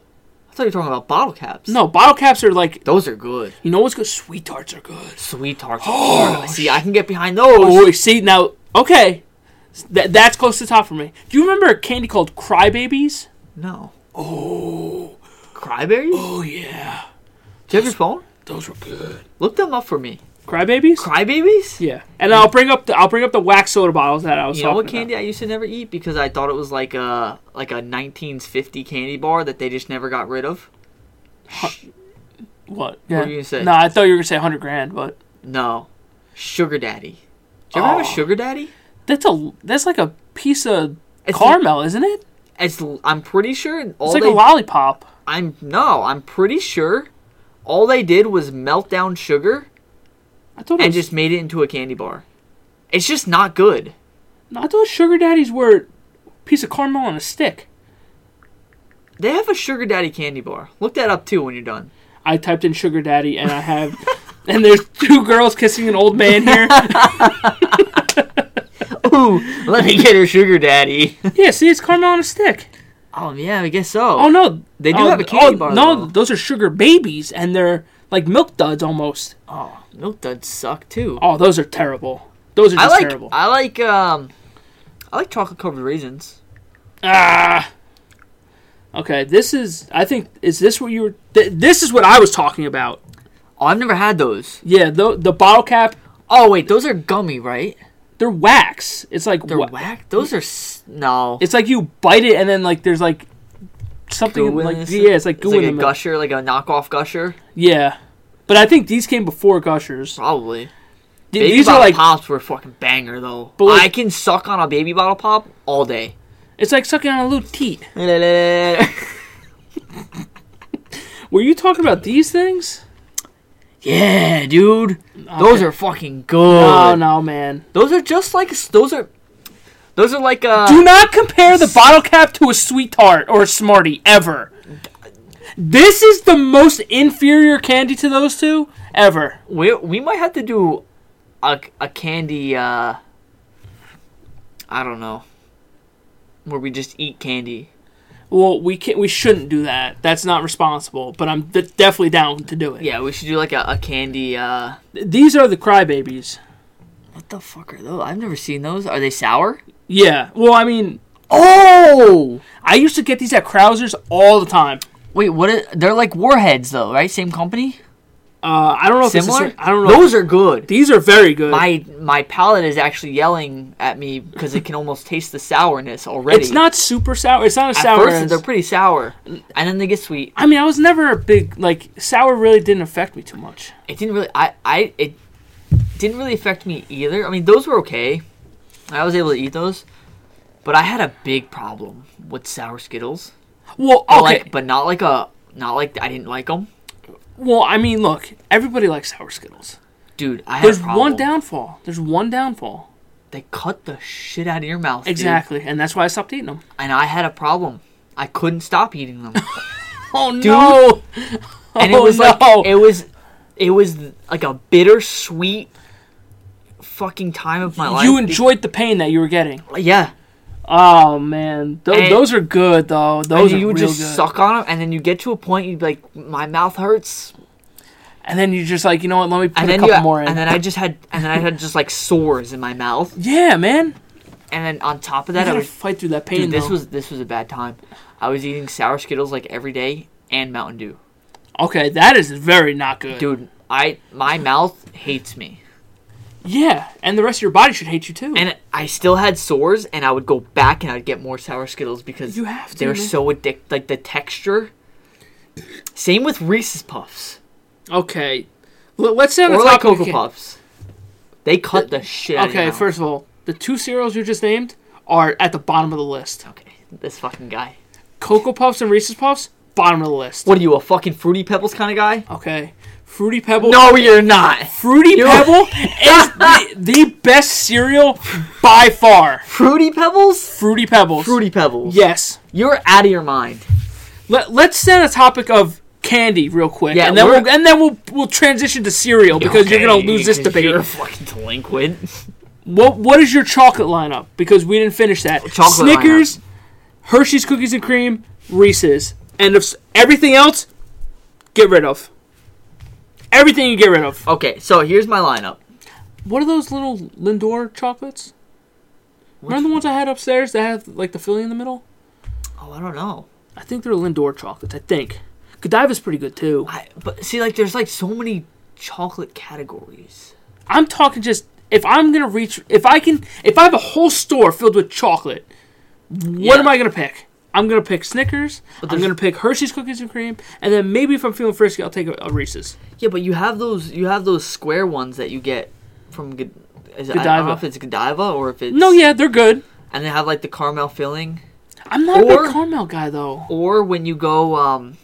Speaker 1: I thought you were talking about bottle caps.
Speaker 2: No, bottle caps are like
Speaker 1: those are good.
Speaker 2: you know what's good. Sweet tarts are good.
Speaker 1: Sweet
Speaker 2: (gasps)
Speaker 1: tarts. Oh, see, I can get behind those.
Speaker 2: Oh, wait, see now, okay, that that's close to the top for me. Do you remember a candy called Crybabies?
Speaker 1: No. Oh, cryberries.
Speaker 2: Oh yeah,
Speaker 1: Do you have your phone?
Speaker 2: those were good.
Speaker 1: Look them up for me.
Speaker 2: Crybabies?
Speaker 1: Crybabies.
Speaker 2: yeah, and I'll bring up the I'll bring up the wax soda bottles that I was
Speaker 1: You know
Speaker 2: talking
Speaker 1: what
Speaker 2: about.
Speaker 1: candy I used to never eat because I thought it was like a like a 1950 candy bar that they just never got rid of.
Speaker 2: What?
Speaker 1: were you gonna say?
Speaker 2: No, I thought you were gonna say hundred grand, but
Speaker 1: No, sugar daddy. Do you ever have a
Speaker 2: Oh.
Speaker 1: sugar daddy?
Speaker 2: That's a that's like a piece of
Speaker 1: It's
Speaker 2: caramel, isn't it?
Speaker 1: It's I'm pretty sure all
Speaker 2: It's like
Speaker 1: they
Speaker 2: a lollipop.
Speaker 1: I'm no I'm pretty sure all they did was melt down sugar
Speaker 2: I thought it
Speaker 1: and
Speaker 2: was,
Speaker 1: just made it into a candy bar. It's just not good.
Speaker 2: no, I thought sugar daddies were a piece of caramel on a stick.
Speaker 1: They have a sugar daddy candy bar. Look that up too when you're done.
Speaker 2: I typed in sugar daddy and I
Speaker 1: (laughs)
Speaker 2: have and there's two girls kissing an old man here.
Speaker 1: Ooh, (laughs) let me get her sugar
Speaker 2: (laughs)
Speaker 1: daddy.
Speaker 2: yeah, see, it's caramel on a stick. Um,
Speaker 1: oh yeah, I guess so.
Speaker 2: Oh no,
Speaker 1: They do
Speaker 2: oh,
Speaker 1: have a candy bar,
Speaker 2: No,
Speaker 1: though.
Speaker 2: those are sugar babies and they're like milk duds almost.
Speaker 1: Oh, milk duds suck too.
Speaker 2: Oh, those are terrible. Those are
Speaker 1: I
Speaker 2: just
Speaker 1: like
Speaker 2: terrible.
Speaker 1: I like um I like chocolate covered raisins.
Speaker 2: Ah. Okay, this is. I think is this what you were? Th- this is what I was talking about.
Speaker 1: Oh, I've never had those.
Speaker 2: Yeah, the the bottle cap.
Speaker 1: Oh wait, those are gummy, right?
Speaker 2: They're wax. It's like
Speaker 1: They're
Speaker 2: wa-
Speaker 1: whack. Those are s- no.
Speaker 2: It's like you bite it and then like there's like something
Speaker 1: Goo in
Speaker 2: like
Speaker 1: this-
Speaker 2: yeah, it's like goo in
Speaker 1: like
Speaker 2: the
Speaker 1: a
Speaker 2: middle.
Speaker 1: gusher, like a knockoff gusher,
Speaker 2: Yeah, but I think these came before gushers.
Speaker 1: probably.
Speaker 2: Th-
Speaker 1: Baby
Speaker 2: these are
Speaker 1: bottle
Speaker 2: like
Speaker 1: pops were fucking banger though.
Speaker 2: But, like-
Speaker 1: I can suck on a baby bottle pop all
Speaker 2: (laughs)
Speaker 1: day.
Speaker 2: it's like sucking on a little teat.
Speaker 1: yeah,
Speaker 2: Were you talking about these things?
Speaker 1: dude. Those are fucking good.
Speaker 2: Oh no, man!
Speaker 1: Those are just like those are. Those are like uh.
Speaker 2: Do not compare the bottle cap to a sweet tart or a Smartie ever. This is the most inferior candy to those two ever.
Speaker 1: We we might have to do a a candy. uh I don't know. Where we just eat candy.
Speaker 2: Well, we can we shouldn't do that. That's not responsible. But I'm d- definitely down to do it.
Speaker 1: Yeah, we should do like a, a candy. uh
Speaker 2: These are the crybabies.
Speaker 1: What the fuck are those? I've never seen those. Are they sour?
Speaker 2: Yeah. Well, I mean,
Speaker 1: Oh.
Speaker 2: I used to get these at Krauser's all the time.
Speaker 1: Wait, what? Are, they're like warheads, though, right? Same company,
Speaker 2: Uh, I don't know if it's the
Speaker 1: similar.
Speaker 2: same- I don't know.
Speaker 1: Those are good.
Speaker 2: these are very good.
Speaker 1: My my palate is actually yelling at me because it can almost taste the sourness already.
Speaker 2: it's not super sour. It's not a
Speaker 1: At
Speaker 2: sour.
Speaker 1: first,
Speaker 2: as-
Speaker 1: they're pretty sour, and then they get sweet.
Speaker 2: I mean, I was never a big like sour. Really didn't affect me too much.
Speaker 1: It didn't really. I I it didn't really affect me either. I mean, those were okay. I was able to eat those, but I had a big problem with sour Skittles.
Speaker 2: Well, okay.
Speaker 1: But Like, but not like a not like I didn't like them.
Speaker 2: Well, I mean, look, everybody likes sour Skittles.
Speaker 1: Dude, I had
Speaker 2: There's
Speaker 1: a problem.
Speaker 2: one downfall. There's one downfall.
Speaker 1: They cut the shit out of your mouth. dude.
Speaker 2: Exactly, and that's why I stopped eating them.
Speaker 1: And I had a problem. I couldn't stop eating
Speaker 2: (laughs)
Speaker 1: them.
Speaker 2: Oh (laughs) no!
Speaker 1: and
Speaker 2: Oh,
Speaker 1: it was
Speaker 2: no.
Speaker 1: like it was it was like a bittersweet fucking time of my life.
Speaker 2: you enjoyed the pain that you were getting.
Speaker 1: yeah.
Speaker 2: Oh man, Th-
Speaker 1: And-
Speaker 2: those are good though. Those
Speaker 1: and you
Speaker 2: are
Speaker 1: would
Speaker 2: real
Speaker 1: just
Speaker 2: good.
Speaker 1: suck on them, and then you get to a point you'd be like, my mouth hurts,
Speaker 2: And then you just like, you know what? Let me put
Speaker 1: and
Speaker 2: a
Speaker 1: then
Speaker 2: couple
Speaker 1: you,
Speaker 2: more in.
Speaker 1: and then I just had, and then I had just like sores in my mouth,
Speaker 2: yeah, man.
Speaker 1: and then on top of
Speaker 2: You
Speaker 1: that, I
Speaker 2: gotta
Speaker 1: was
Speaker 2: fight through that pain.
Speaker 1: dude, this
Speaker 2: though.
Speaker 1: was this was a bad time. I was eating sour Skittles like every day and Mountain Dew,
Speaker 2: okay. That is very not good,
Speaker 1: dude. I my mouth hates me.
Speaker 2: Yeah, and the rest of your body should hate you too.
Speaker 1: And I still had sores, and I would go back and I'd get more sour Skittles because
Speaker 2: You have to,
Speaker 1: they're
Speaker 2: man.
Speaker 1: so addictive. Like the texture. Same with Reese's Puffs
Speaker 2: okay, L- let's say on the
Speaker 1: or like
Speaker 2: topic of
Speaker 1: Cocoa
Speaker 2: ca- Uh,
Speaker 1: Puffs. They cut the shit out of your
Speaker 2: Okay,
Speaker 1: mouth.
Speaker 2: first of all, the two cereals you just named are at the bottom of the list.
Speaker 1: Okay, this fucking guy.
Speaker 2: Cocoa Puffs and Reese's Puffs, bottom of the list.
Speaker 1: What are you, a fucking Fruity Pebbles kind of guy?
Speaker 2: Okay, Fruity Pebble.
Speaker 1: No, you're not. (laughs)
Speaker 2: Fruity
Speaker 1: You-
Speaker 2: Pebble is the, the best cereal by far.
Speaker 1: Fruity Pebbles?
Speaker 2: Fruity Pebbles.
Speaker 1: Fruity Pebbles.
Speaker 2: Yes.
Speaker 1: You're out of your mind.
Speaker 2: Let, let's set a topic of candy real quick,
Speaker 1: Yeah,
Speaker 2: and then
Speaker 1: we're-
Speaker 2: we'll and then we'll we'll transition to cereal because you're gonna
Speaker 1: Okay,
Speaker 2: lose this
Speaker 1: 'cause
Speaker 2: debate.
Speaker 1: You're a fucking delinquent.
Speaker 2: What what is your chocolate lineup? Because we didn't finish that.
Speaker 1: Chocolate
Speaker 2: Snickers, Hershey's cookies and cream, Reese's, and if s- everything else, get rid of. Everything you get rid
Speaker 1: (laughs)
Speaker 2: of.
Speaker 1: Okay, so here's my lineup.
Speaker 2: What are those little Lindor chocolates? Remember the ones I had upstairs that have like the filling in the middle?
Speaker 1: Oh, I don't know.
Speaker 2: I think they're Lindor chocolates. I think Godiva's pretty good too.
Speaker 1: I, but see, like, there's like so many chocolate categories.
Speaker 2: I'm talking just if I'm gonna reach if I can if I have a whole store filled with chocolate, what am I gonna pick? I'm gonna pick Snickers. I'm
Speaker 1: there's-
Speaker 2: gonna pick Hershey's cookies and cream, and then maybe if I'm feeling frisky, I'll take a, a Reese's.
Speaker 1: Yeah, but you have those you have those square ones that you get from Godiva. Is it, I don't know
Speaker 2: Godiva.
Speaker 1: if it's Godiva or if it's
Speaker 2: No, yeah, they're good.
Speaker 1: and they have like the caramel filling.
Speaker 2: I'm not a
Speaker 1: Or-
Speaker 2: big caramel guy though.
Speaker 1: Or when you go, um,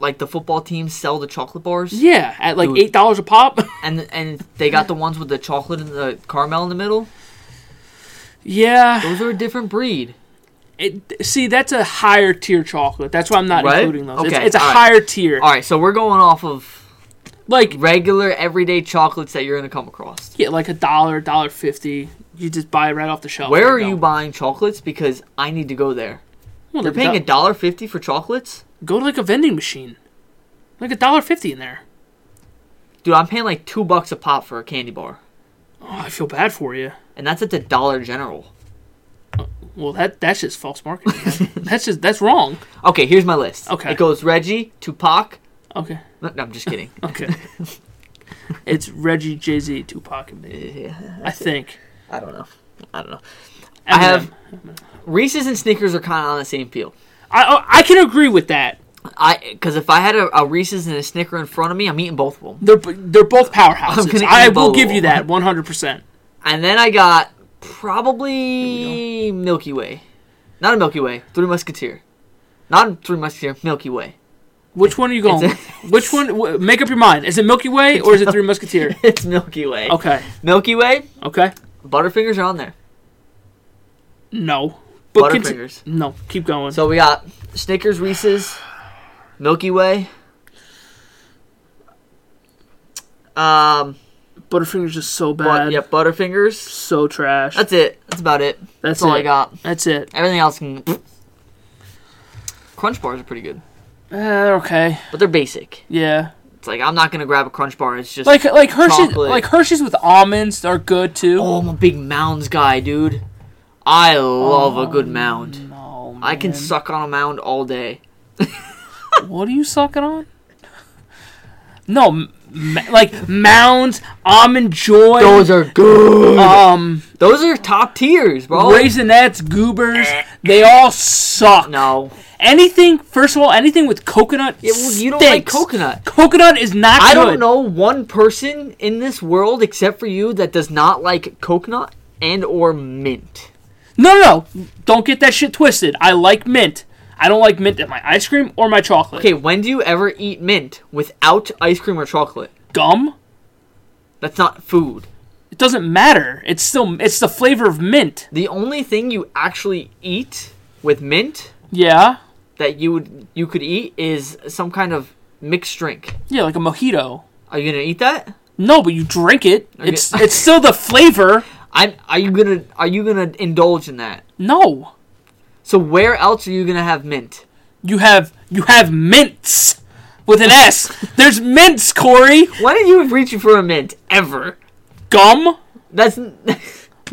Speaker 1: like the football teams sell the chocolate bars,
Speaker 2: Yeah, at like
Speaker 1: Dude.
Speaker 2: eight dollars a pop. (laughs)
Speaker 1: and and they got the ones with the chocolate and the caramel in the middle.
Speaker 2: yeah,
Speaker 1: Those are a different breed.
Speaker 2: it, see, that's a higher tier chocolate. That's why I'm not
Speaker 1: Right?
Speaker 2: including those. It's,
Speaker 1: Okay,
Speaker 2: it's a
Speaker 1: alright.
Speaker 2: higher tier.
Speaker 1: All right, so we're going off of
Speaker 2: Like
Speaker 1: regular everyday chocolates that you're gonna come across.
Speaker 2: yeah, like a dollar, dollar fifty. You just buy it right off the shelf.
Speaker 1: Where
Speaker 2: There
Speaker 1: are
Speaker 2: go.
Speaker 1: you buying chocolates? Because I need to go there.
Speaker 2: Well,
Speaker 1: You're
Speaker 2: the
Speaker 1: paying
Speaker 2: do-
Speaker 1: a dollar fifty for chocolates,
Speaker 2: Go to like a vending machine. Like a dollar fifty in there.
Speaker 1: dude. I'm paying like two bucks a pop for a candy bar.
Speaker 2: Oh, I feel bad for you.
Speaker 1: and that's at the Dollar General.
Speaker 2: Well, that that's just false marketing. man.
Speaker 1: (laughs)
Speaker 2: that's just that's wrong.
Speaker 1: Okay, here's my list.
Speaker 2: Okay.
Speaker 1: it goes Reggie, Tupac.
Speaker 2: Okay,
Speaker 1: No, no, I'm just (laughs) kidding.
Speaker 2: okay. it's Reggie, Jay Z, Tupac, and me.
Speaker 1: Yeah,
Speaker 2: I think.
Speaker 1: I don't know. I don't know. I have Reese's and Snickers are kind of on the same field.
Speaker 2: I oh, I can agree with that.
Speaker 1: I because if I had a, a Reese's and a Snicker in front of me, I'm eating both of them.
Speaker 2: They're b- they're both
Speaker 1: I'm
Speaker 2: powerhouses.
Speaker 1: gonna
Speaker 2: I
Speaker 1: eat
Speaker 2: will
Speaker 1: both.
Speaker 2: give you that one hundred percent.
Speaker 1: And then I got probably Milky Way, not a Milky Way, Three Musketeer, not a Three Musketeer, Milky Way.
Speaker 2: Which one are you
Speaker 1: It's
Speaker 2: going?
Speaker 1: a-
Speaker 2: with? Which one? wh- Make up your mind. Is it Milky Way or is it Three Musketeer?
Speaker 1: (laughs) It's Milky Way.
Speaker 2: Okay,
Speaker 1: Milky Way.
Speaker 2: okay.
Speaker 1: Butterfingers are on there.
Speaker 2: No, but conti-
Speaker 1: Butterfingers.
Speaker 2: no. Keep going.
Speaker 1: So we got Snickers, Reese's, Milky Way. Um,
Speaker 2: Butterfingers is so
Speaker 1: but,
Speaker 2: bad.
Speaker 1: yeah, Butterfingers.
Speaker 2: So trash.
Speaker 1: That's it. That's about it. That's,
Speaker 2: That's
Speaker 1: all I
Speaker 2: it.
Speaker 1: got.
Speaker 2: That's it.
Speaker 1: Everything else can. Crunch bars are pretty good,
Speaker 2: Uh, okay.
Speaker 1: but they're basic.
Speaker 2: Yeah.
Speaker 1: It's like I'm not gonna grab a crunch bar. It's just
Speaker 2: Like like Hershey's
Speaker 1: Chocolate.
Speaker 2: like Hershey's with almonds are good too.
Speaker 1: oh, I'm a big mounds guy, dude. I
Speaker 2: Oh,
Speaker 1: love a good mound.
Speaker 2: No, man.
Speaker 1: I can suck on a mound all day.
Speaker 2: What are you sucking on? No, m- ma- like mounds, almond joy,
Speaker 1: Those are good. Oh.
Speaker 2: um,
Speaker 1: Uh, Those are top tiers, bro.
Speaker 2: raisinets, goobers. They all suck.
Speaker 1: No,
Speaker 2: Anything. First of all, anything with coconut.
Speaker 1: Yeah, well, you don't like
Speaker 2: stinks.
Speaker 1: coconut.
Speaker 2: Coconut is not.
Speaker 1: I
Speaker 2: good.
Speaker 1: don't know one person in this world except for you that does not like coconut and or mint.
Speaker 2: No, no, no. Don't get that shit twisted. I like mint. I don't like mint in my ice cream or my chocolate.
Speaker 1: Okay, when do you ever eat mint without ice cream or chocolate?
Speaker 2: Gum?
Speaker 1: That's not food.
Speaker 2: It doesn't matter. It's still it's the flavor of mint.
Speaker 1: The only thing you actually eat with mint
Speaker 2: Yeah.
Speaker 1: that you would you could eat is some kind of mixed drink.
Speaker 2: Yeah, like a mojito.
Speaker 1: Are you gonna eat that?
Speaker 2: No, but you drink it. It's
Speaker 1: Okay.
Speaker 2: it's still the flavor.
Speaker 1: I'm. Are you gonna Are you gonna indulge in that?
Speaker 2: No.
Speaker 1: So where else are you gonna have mint?
Speaker 2: You have you have mints with an S. There's mints, Corey.
Speaker 1: Why did you reach for a mint ever?
Speaker 2: Gum?
Speaker 1: That's n- (laughs)
Speaker 2: G-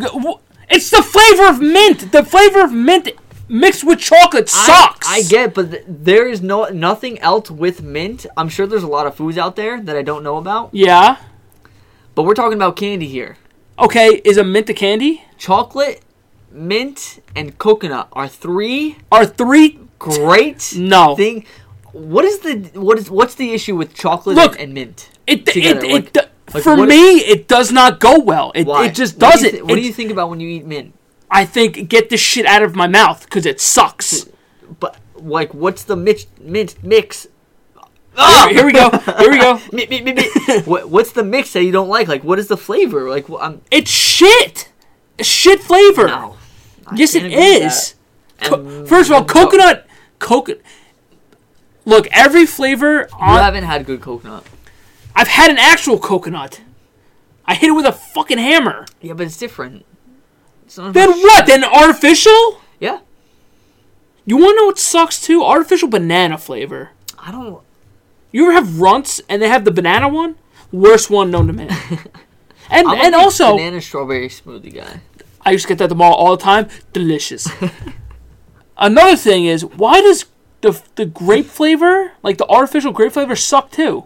Speaker 2: wh- It's the flavor of mint. The flavor of mint mixed with chocolate sucks.
Speaker 1: I, I get, but th- there is no nothing else with mint. I'm sure there's a lot of foods out there that I don't know about,
Speaker 2: Yeah.
Speaker 1: but we're talking about candy here.
Speaker 2: Okay, is a mint a candy?
Speaker 1: Chocolate, mint, and coconut are three
Speaker 2: Are three
Speaker 1: great
Speaker 2: No.
Speaker 1: thing. What is the what is what's the issue with chocolate
Speaker 2: Look,
Speaker 1: and, and mint?
Speaker 2: It,
Speaker 1: together,
Speaker 2: it,
Speaker 1: like-
Speaker 2: it, do-
Speaker 1: like
Speaker 2: for
Speaker 1: what-
Speaker 2: me, it does not go well. It,
Speaker 1: Why?
Speaker 2: it just
Speaker 1: What do you
Speaker 2: doesn't.
Speaker 1: thi- what do
Speaker 2: It-
Speaker 1: you think about when you eat mint?
Speaker 2: I think get this shit out of my mouth because it sucks.
Speaker 1: But like, what's the mix, mint mix? Mm. Ah!
Speaker 2: Here, here we go. Here we
Speaker 1: (laughs)
Speaker 2: go.
Speaker 1: Mint, mint, mint,
Speaker 2: (laughs)
Speaker 1: mint. what, what's the mix that you don't like? Like, what is the flavor? Like, wh- I'm
Speaker 2: It's shit. It's Shit flavor.
Speaker 1: no. I
Speaker 2: yes, it
Speaker 1: can't agree with
Speaker 2: is.
Speaker 1: that.
Speaker 2: Co-
Speaker 1: And
Speaker 2: First of all,
Speaker 1: no.
Speaker 2: coconut. Coconut. Look, every flavor
Speaker 1: You
Speaker 2: on.
Speaker 1: haven't had good coconut.
Speaker 2: I've had an actual coconut. I hit it with a fucking hammer.
Speaker 1: Yeah, but it's different. It's not
Speaker 2: Then what? Then artificial?
Speaker 1: yeah,
Speaker 2: You want to know what sucks too? Artificial banana flavor.
Speaker 1: I don't.
Speaker 2: You ever have runts and they have the banana one? Worst one known to
Speaker 1: (laughs)
Speaker 2: man. And
Speaker 1: I'm a
Speaker 2: and
Speaker 1: big
Speaker 2: also
Speaker 1: banana strawberry smoothie guy.
Speaker 2: I used to get that at the mall all the time.
Speaker 1: (laughs)
Speaker 2: Delicious. Another thing is why does the the grape flavor, like the artificial grape flavor, suck too?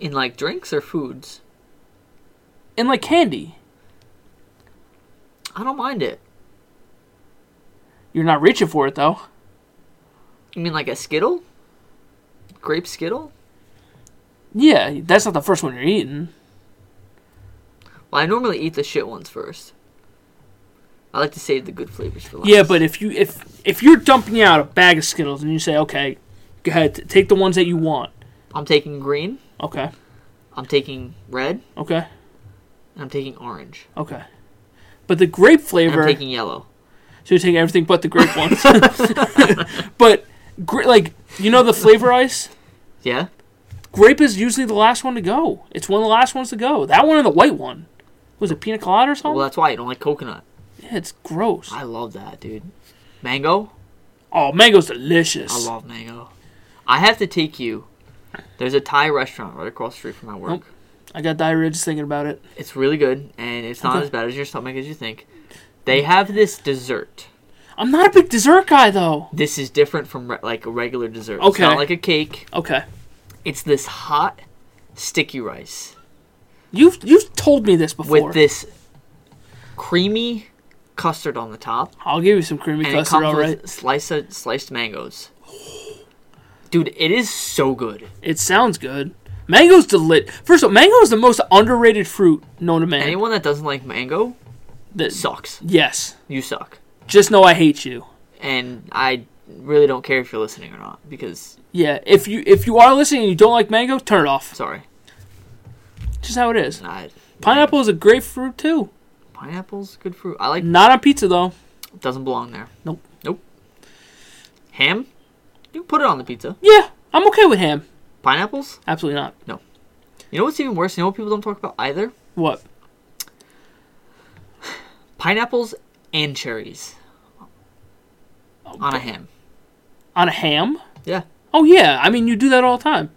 Speaker 1: In like drinks or foods,
Speaker 2: And like candy.
Speaker 1: I don't mind it.
Speaker 2: You're not reaching for it though.
Speaker 1: You mean like a Skittle? Grape Skittle?
Speaker 2: Yeah, that's not the first one you're eating.
Speaker 1: Well, I normally eat the shit ones first. I like to save the good flavors for last.
Speaker 2: Yeah, but if you if if you're dumping out a bag of Skittles and you say, okay, go ahead, t- take the ones that you want.
Speaker 1: I'm taking green,
Speaker 2: Okay,
Speaker 1: I'm taking red,
Speaker 2: okay,
Speaker 1: and I'm taking orange.
Speaker 2: okay. But the grape
Speaker 1: And
Speaker 2: flavor.
Speaker 1: I'm taking yellow.
Speaker 2: So you take everything but the grape ones. (laughs) but gra- like you know the flavor ice,
Speaker 1: Yeah?
Speaker 2: grape is usually the last one to go. It's one of the last ones to go. That one and the white one. Was it pina colada or something?
Speaker 1: Well, that's why I don't like coconut.
Speaker 2: yeah, it's gross.
Speaker 1: I love that, dude. Mango?
Speaker 2: Oh, mango's delicious.
Speaker 1: I love mango. I have to take you. There's a Thai restaurant right across the street from my work.
Speaker 2: Nope. I got diarrhea just thinking about it.
Speaker 1: It's really good, and it's not
Speaker 2: Okay.
Speaker 1: as bad as your stomach as you think. They have this dessert.
Speaker 2: I'm not a big dessert guy though.
Speaker 1: This is different from re- like a regular dessert. It's
Speaker 2: Okay.
Speaker 1: not like a cake.
Speaker 2: Okay,
Speaker 1: It's this hot sticky rice
Speaker 2: you've you've told me this before.
Speaker 1: with this creamy custard on the top,
Speaker 2: I'll give you some creamy
Speaker 1: and it
Speaker 2: custard.
Speaker 1: comes
Speaker 2: All right.
Speaker 1: with slice of, sliced mangoes. Dude, it is so good.
Speaker 2: It sounds good. Mango's delit. First of all, mango is the most underrated fruit known to man.
Speaker 1: Anyone that doesn't like mango
Speaker 2: That-
Speaker 1: sucks.
Speaker 2: yes.
Speaker 1: You suck.
Speaker 2: Just know I hate you.
Speaker 1: And I really don't care if you're listening or not because
Speaker 2: Yeah, if you if you are listening and you don't like mango, turn it off.
Speaker 1: sorry,
Speaker 2: Just how it is.
Speaker 1: I,
Speaker 2: Pineapple is a great fruit too.
Speaker 1: pineapple's good fruit. I like
Speaker 2: Not on pizza though.
Speaker 1: doesn't belong there.
Speaker 2: Mm. Nope.
Speaker 1: Nope. Ham? You can put it on the pizza.
Speaker 2: Yeah, I'm okay with ham.
Speaker 1: Pineapples?
Speaker 2: Absolutely not.
Speaker 1: You know what's even worse? You know what people don't talk about either?
Speaker 2: What?
Speaker 1: pineapples and cherries on a ham.
Speaker 2: On a ham?
Speaker 1: Yeah.
Speaker 2: Oh yeah. I mean, you do that all the time.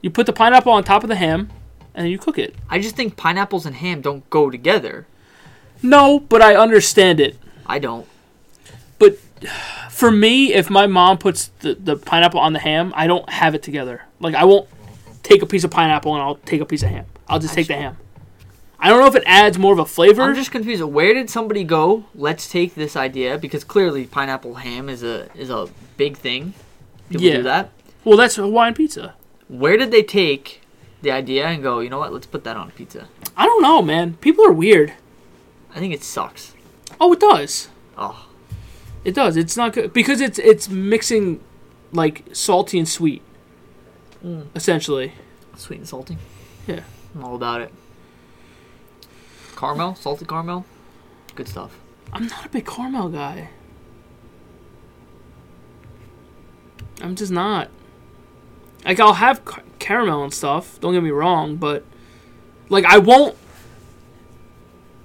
Speaker 2: You put the pineapple on top of the ham, and then you cook it.
Speaker 1: I just think pineapples and ham don't go together.
Speaker 2: No, but I understand it.
Speaker 1: I don't.
Speaker 2: But (sighs) for me, if my mom puts the, the pineapple on the ham, I don't have it together. Like I won't take a piece of pineapple and I'll take a piece of ham. I'll just take the ham. I don't know if it adds more of a flavor.
Speaker 1: I'm just confused. Where did somebody go? Let's take this idea because clearly pineapple ham is a is a big thing. People
Speaker 2: Yeah.
Speaker 1: do that.
Speaker 2: well, that's Hawaiian pizza.
Speaker 1: Where did they take the idea and go, you know what, let's put that on pizza?
Speaker 2: I don't know, man. People are weird.
Speaker 1: I think it sucks.
Speaker 2: Oh, it does.
Speaker 1: Oh.
Speaker 2: It does. It's not good because it's it's mixing like salty and sweet, essentially.
Speaker 1: Sweet and salty.
Speaker 2: Yeah.
Speaker 1: I'm all about it. Caramel, salted caramel, good stuff.
Speaker 2: I'm not a big caramel guy. I'm just not. Like I'll have car- caramel and stuff. Don't get me wrong, but like I won't.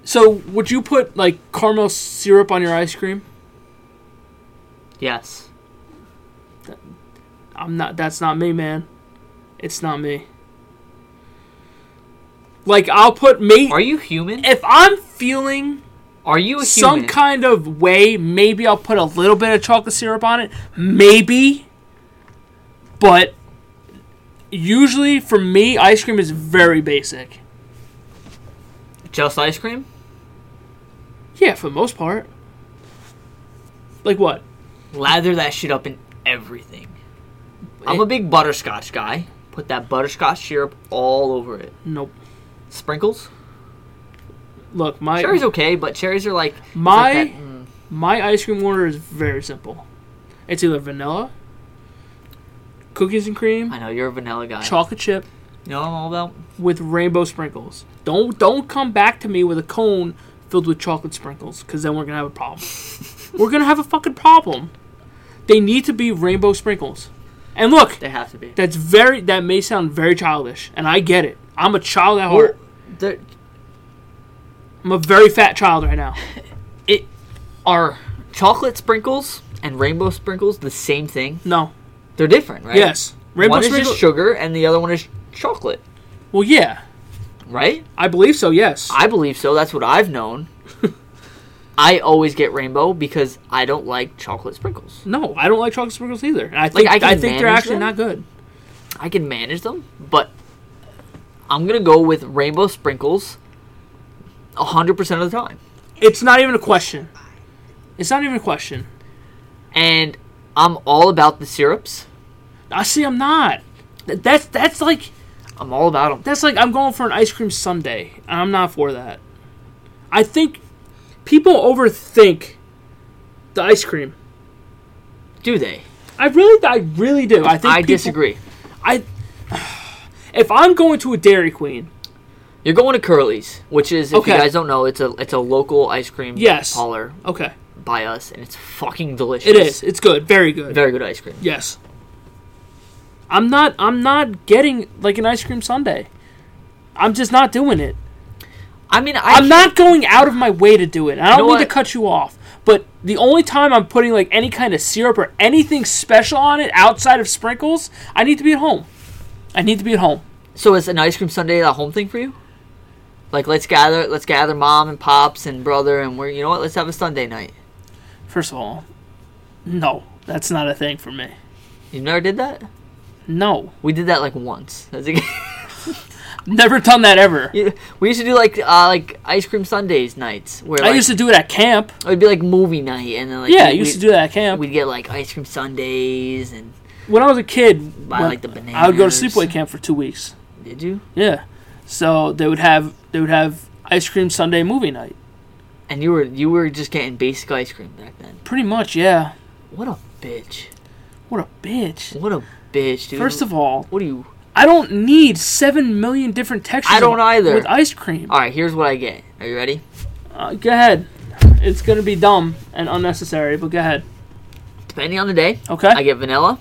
Speaker 2: So would you put like caramel syrup on your ice cream?
Speaker 1: Yes.
Speaker 2: I'm not. That's not me, man. It's not me. Like I'll put meat.
Speaker 1: Are you human?
Speaker 2: if I'm feeling
Speaker 1: Are you a
Speaker 2: some
Speaker 1: human?
Speaker 2: kind of way. Maybe I'll put a little bit of chocolate syrup on it. Maybe. But usually for me, ice cream is very basic.
Speaker 1: Just ice cream?
Speaker 2: Yeah, for the most part. Like what?
Speaker 1: Lather that shit up in everything. I'm a big butterscotch guy. Put that butterscotch syrup all over it.
Speaker 2: Nope.
Speaker 1: Sprinkles?
Speaker 2: Look, my
Speaker 1: Cherries okay, but cherries are like it's like
Speaker 2: My-
Speaker 1: that- mm.
Speaker 2: my ice cream order is very simple. It's either vanilla, cookies and cream,
Speaker 1: I know you're a vanilla guy.
Speaker 2: chocolate chip,
Speaker 1: you know what I'm all about?
Speaker 2: with rainbow sprinkles. Don't don't come back to me with a cone filled with chocolate sprinkles, because then we're gonna have
Speaker 1: (laughs)
Speaker 2: a problem. we're gonna have a fucking problem. They need to be rainbow sprinkles. And look,
Speaker 1: They have to be.
Speaker 2: that's very that may sound very childish, and I get it. I'm a child at
Speaker 1: Or
Speaker 2: heart. I'm a very fat child right now.
Speaker 1: it are chocolate sprinkles and rainbow sprinkles the same thing?
Speaker 2: No.
Speaker 1: They're different, right?
Speaker 2: Yes. Rainbow
Speaker 1: one is
Speaker 2: sprinkles.
Speaker 1: just sugar and the other one is chocolate,
Speaker 2: well, yeah,
Speaker 1: right?
Speaker 2: I believe so. Yes.
Speaker 1: I believe so. That's what I've
Speaker 2: (laughs)
Speaker 1: known. I always get rainbow because I don't like chocolate sprinkles.
Speaker 2: no, I don't like chocolate sprinkles either. And I think
Speaker 1: I can
Speaker 2: I, think they're
Speaker 1: manage
Speaker 2: actually
Speaker 1: them.
Speaker 2: not good.
Speaker 1: I can manage them, but I'm going to go with rainbow sprinkles 100% of the time.
Speaker 2: It's not even a question. It's not even a question.
Speaker 1: And I'm all about the syrups.
Speaker 2: I see. I'm not. Th- That's that's like
Speaker 1: I'm all about them.
Speaker 2: that's like I'm going for an ice cream sundae. and I'm not for that. I think people overthink the ice cream.
Speaker 1: Do they?
Speaker 2: I really, I really do. I think
Speaker 1: I
Speaker 2: people-
Speaker 1: disagree.
Speaker 2: I (sighs) if I'm going to a Dairy Queen,
Speaker 1: You're going to Curly's, which is if
Speaker 2: Okay.
Speaker 1: you guys don't know, it's a it's a local ice cream
Speaker 2: Yes.
Speaker 1: parlor
Speaker 2: okay,
Speaker 1: by us, and it's fucking delicious.
Speaker 2: it is. It's good, very good.
Speaker 1: very good ice cream.
Speaker 2: yes. I'm not. I'm not getting like an ice cream sundae. I'm just not doing it.
Speaker 1: I mean, I
Speaker 2: I'm not going out of my way to do it. I don't
Speaker 1: know
Speaker 2: mean to
Speaker 1: what?
Speaker 2: cut you off, but the only time I'm putting like any kind of syrup or anything special on it outside of sprinkles, I need to be at home. I need to be at home.
Speaker 1: So is an ice cream Sunday a home thing for you? Like let's gather, let's gather mom and pops and brother, and we're you know what? Let's have a Sunday night.
Speaker 2: First of all, no, that's not a thing for me.
Speaker 1: You never did that.
Speaker 2: No,
Speaker 1: We did that like once. (laughs) That's like-
Speaker 2: never done that ever.
Speaker 1: we used to do like uh, like ice cream Sundays nights where
Speaker 2: I
Speaker 1: like,
Speaker 2: used to do it at camp.
Speaker 1: it would be like movie night, and then like
Speaker 2: Yeah, I
Speaker 1: we-
Speaker 2: used to do that at camp
Speaker 1: We'd get like ice cream Sundays, and
Speaker 2: when I was a kid.
Speaker 1: Buy,
Speaker 2: when-
Speaker 1: like, the
Speaker 2: I would go to
Speaker 1: bananas.
Speaker 2: sleepaway camp for two weeks.
Speaker 1: did you?
Speaker 2: Yeah, so they would have they would have ice cream Sunday movie night.
Speaker 1: And you were you were just getting basic ice cream back then.
Speaker 2: Pretty much, yeah.
Speaker 1: What a bitch!
Speaker 2: What a bitch.
Speaker 1: What a bitch, dude.
Speaker 2: First of all,
Speaker 1: what do you?
Speaker 2: I don't need seven million different textures.
Speaker 1: I don't
Speaker 2: of-
Speaker 1: either. Uh,
Speaker 2: With ice cream.
Speaker 1: All right, here's what I get. Are you ready?
Speaker 2: Uh, go ahead. It's gonna be dumb and unnecessary, but go ahead.
Speaker 1: Depending on the day,
Speaker 2: Okay. (laughs)
Speaker 1: I get vanilla.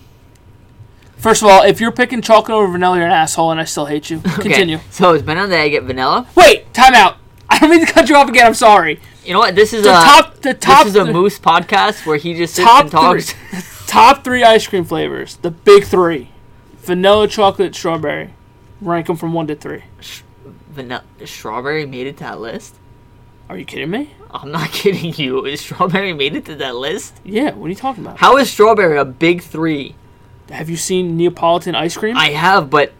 Speaker 2: First of all, if you're picking chocolate over vanilla, you're an asshole, and I still hate you.
Speaker 1: (laughs) Okay,
Speaker 2: Continue.
Speaker 1: So it's been on the day. I get vanilla.
Speaker 2: Wait, time out. (laughs) I don't mean to cut you off again. I'm sorry.
Speaker 1: You know what? This is
Speaker 2: The
Speaker 1: a
Speaker 2: top, the top,
Speaker 1: Uh, this is a
Speaker 2: three-
Speaker 1: moose podcast where he just sits
Speaker 2: top
Speaker 1: and talks.
Speaker 2: three, (laughs) top three ice cream flavors. The big three: vanilla, chocolate, strawberry. Rank them from one to three.
Speaker 1: (laughs) Vanilla, strawberry made it to that list.
Speaker 2: Are you kidding me?
Speaker 1: I'm not (laughs) kidding you. Is strawberry made it to that list?
Speaker 2: Yeah. What are you talking about?
Speaker 1: How is strawberry a big three?
Speaker 2: Have you seen Neapolitan ice cream?
Speaker 1: I have, but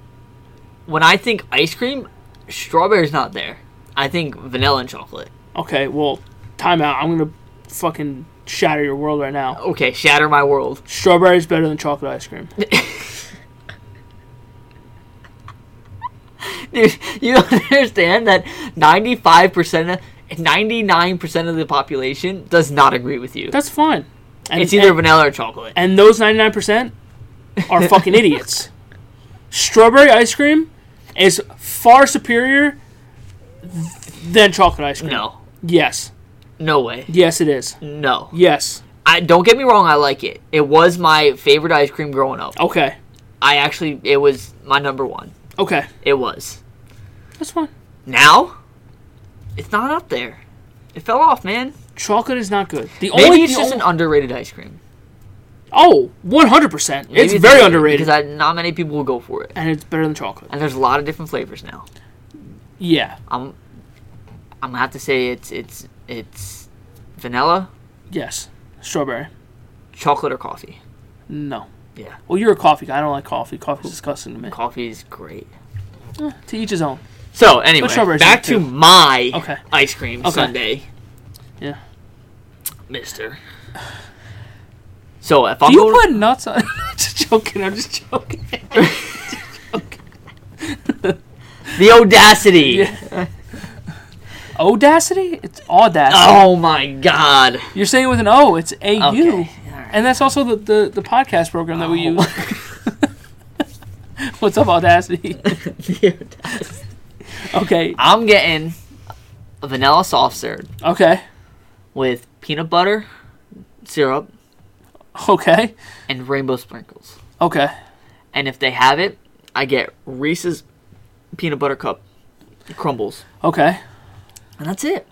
Speaker 1: when I think ice cream, strawberry's not there. I think vanilla and chocolate.
Speaker 2: Okay, well, time out. I'm gonna fucking shatter your world right now.
Speaker 1: Okay, shatter my world. (laughs)
Speaker 2: Strawberry is better than chocolate ice cream.
Speaker 1: Dude, you (laughs) don't understand that 95%, of- 99% of the population does not agree with you.
Speaker 2: That's fine. And,
Speaker 1: it's either
Speaker 2: and,
Speaker 1: vanilla or chocolate.
Speaker 2: and those 99% are
Speaker 1: (laughs)
Speaker 2: fucking idiots. Strawberry ice cream is far superior than chocolate ice cream.
Speaker 1: No,
Speaker 2: Yes.
Speaker 1: no way.
Speaker 2: Yes, it is.
Speaker 1: No,
Speaker 2: Yes.
Speaker 1: I don't get me wrong. I like it. It was my favorite ice cream growing up.
Speaker 2: Okay.
Speaker 1: I actually, it was my number one.
Speaker 2: Okay.
Speaker 1: It was.
Speaker 2: That's fine.
Speaker 1: Now, it's not up there. It fell off, man.
Speaker 2: Chocolate is not good. The
Speaker 1: Maybe
Speaker 2: only
Speaker 1: it's
Speaker 2: the
Speaker 1: just
Speaker 2: on-
Speaker 1: an underrated ice cream.
Speaker 2: oh, one hundred percent.
Speaker 1: Maybe
Speaker 2: It's very underrated,
Speaker 1: because I, not many people will go for it.
Speaker 2: and it's better than chocolate.
Speaker 1: And there's a lot of different flavors now.
Speaker 2: Yeah.
Speaker 1: I'm, I'm gonna have to say it's it's it's vanilla,
Speaker 2: Yes. Strawberry.
Speaker 1: chocolate, or coffee.
Speaker 2: No.
Speaker 1: Yeah.
Speaker 2: Well, you're a coffee guy. I don't like coffee. Coffee's disgusting to me.
Speaker 1: Coffee is great.
Speaker 2: Eh, to each his own.
Speaker 1: So anyway,
Speaker 2: strawberries
Speaker 1: back
Speaker 2: too.
Speaker 1: to my
Speaker 2: Okay.
Speaker 1: ice cream
Speaker 2: Okay.
Speaker 1: sundae.
Speaker 2: Yeah.
Speaker 1: Mister. So if I'm
Speaker 2: Do you
Speaker 1: going-
Speaker 2: put nuts on? (laughs) I'm just joking. I'm just
Speaker 1: (laughs)
Speaker 2: joking.
Speaker 1: the audacity.
Speaker 2: Audacity? It's audacity.
Speaker 1: Oh my god.
Speaker 2: You're saying it with an O. It's A U.
Speaker 1: Oh. Okay, Oh. alright.
Speaker 2: And that's also the, the, the podcast program that we use. (laughs)
Speaker 1: (laughs)
Speaker 2: What's
Speaker 1: (laughs)
Speaker 2: up, Audacity? okay.
Speaker 1: I'm getting a vanilla soft serve
Speaker 2: Okay.
Speaker 1: with peanut butter, syrup,
Speaker 2: Okay.
Speaker 1: and rainbow sprinkles.
Speaker 2: Okay.
Speaker 1: And if they have it, I get Reese's peanut butter cup crumbles.
Speaker 2: Okay.
Speaker 1: And that's it.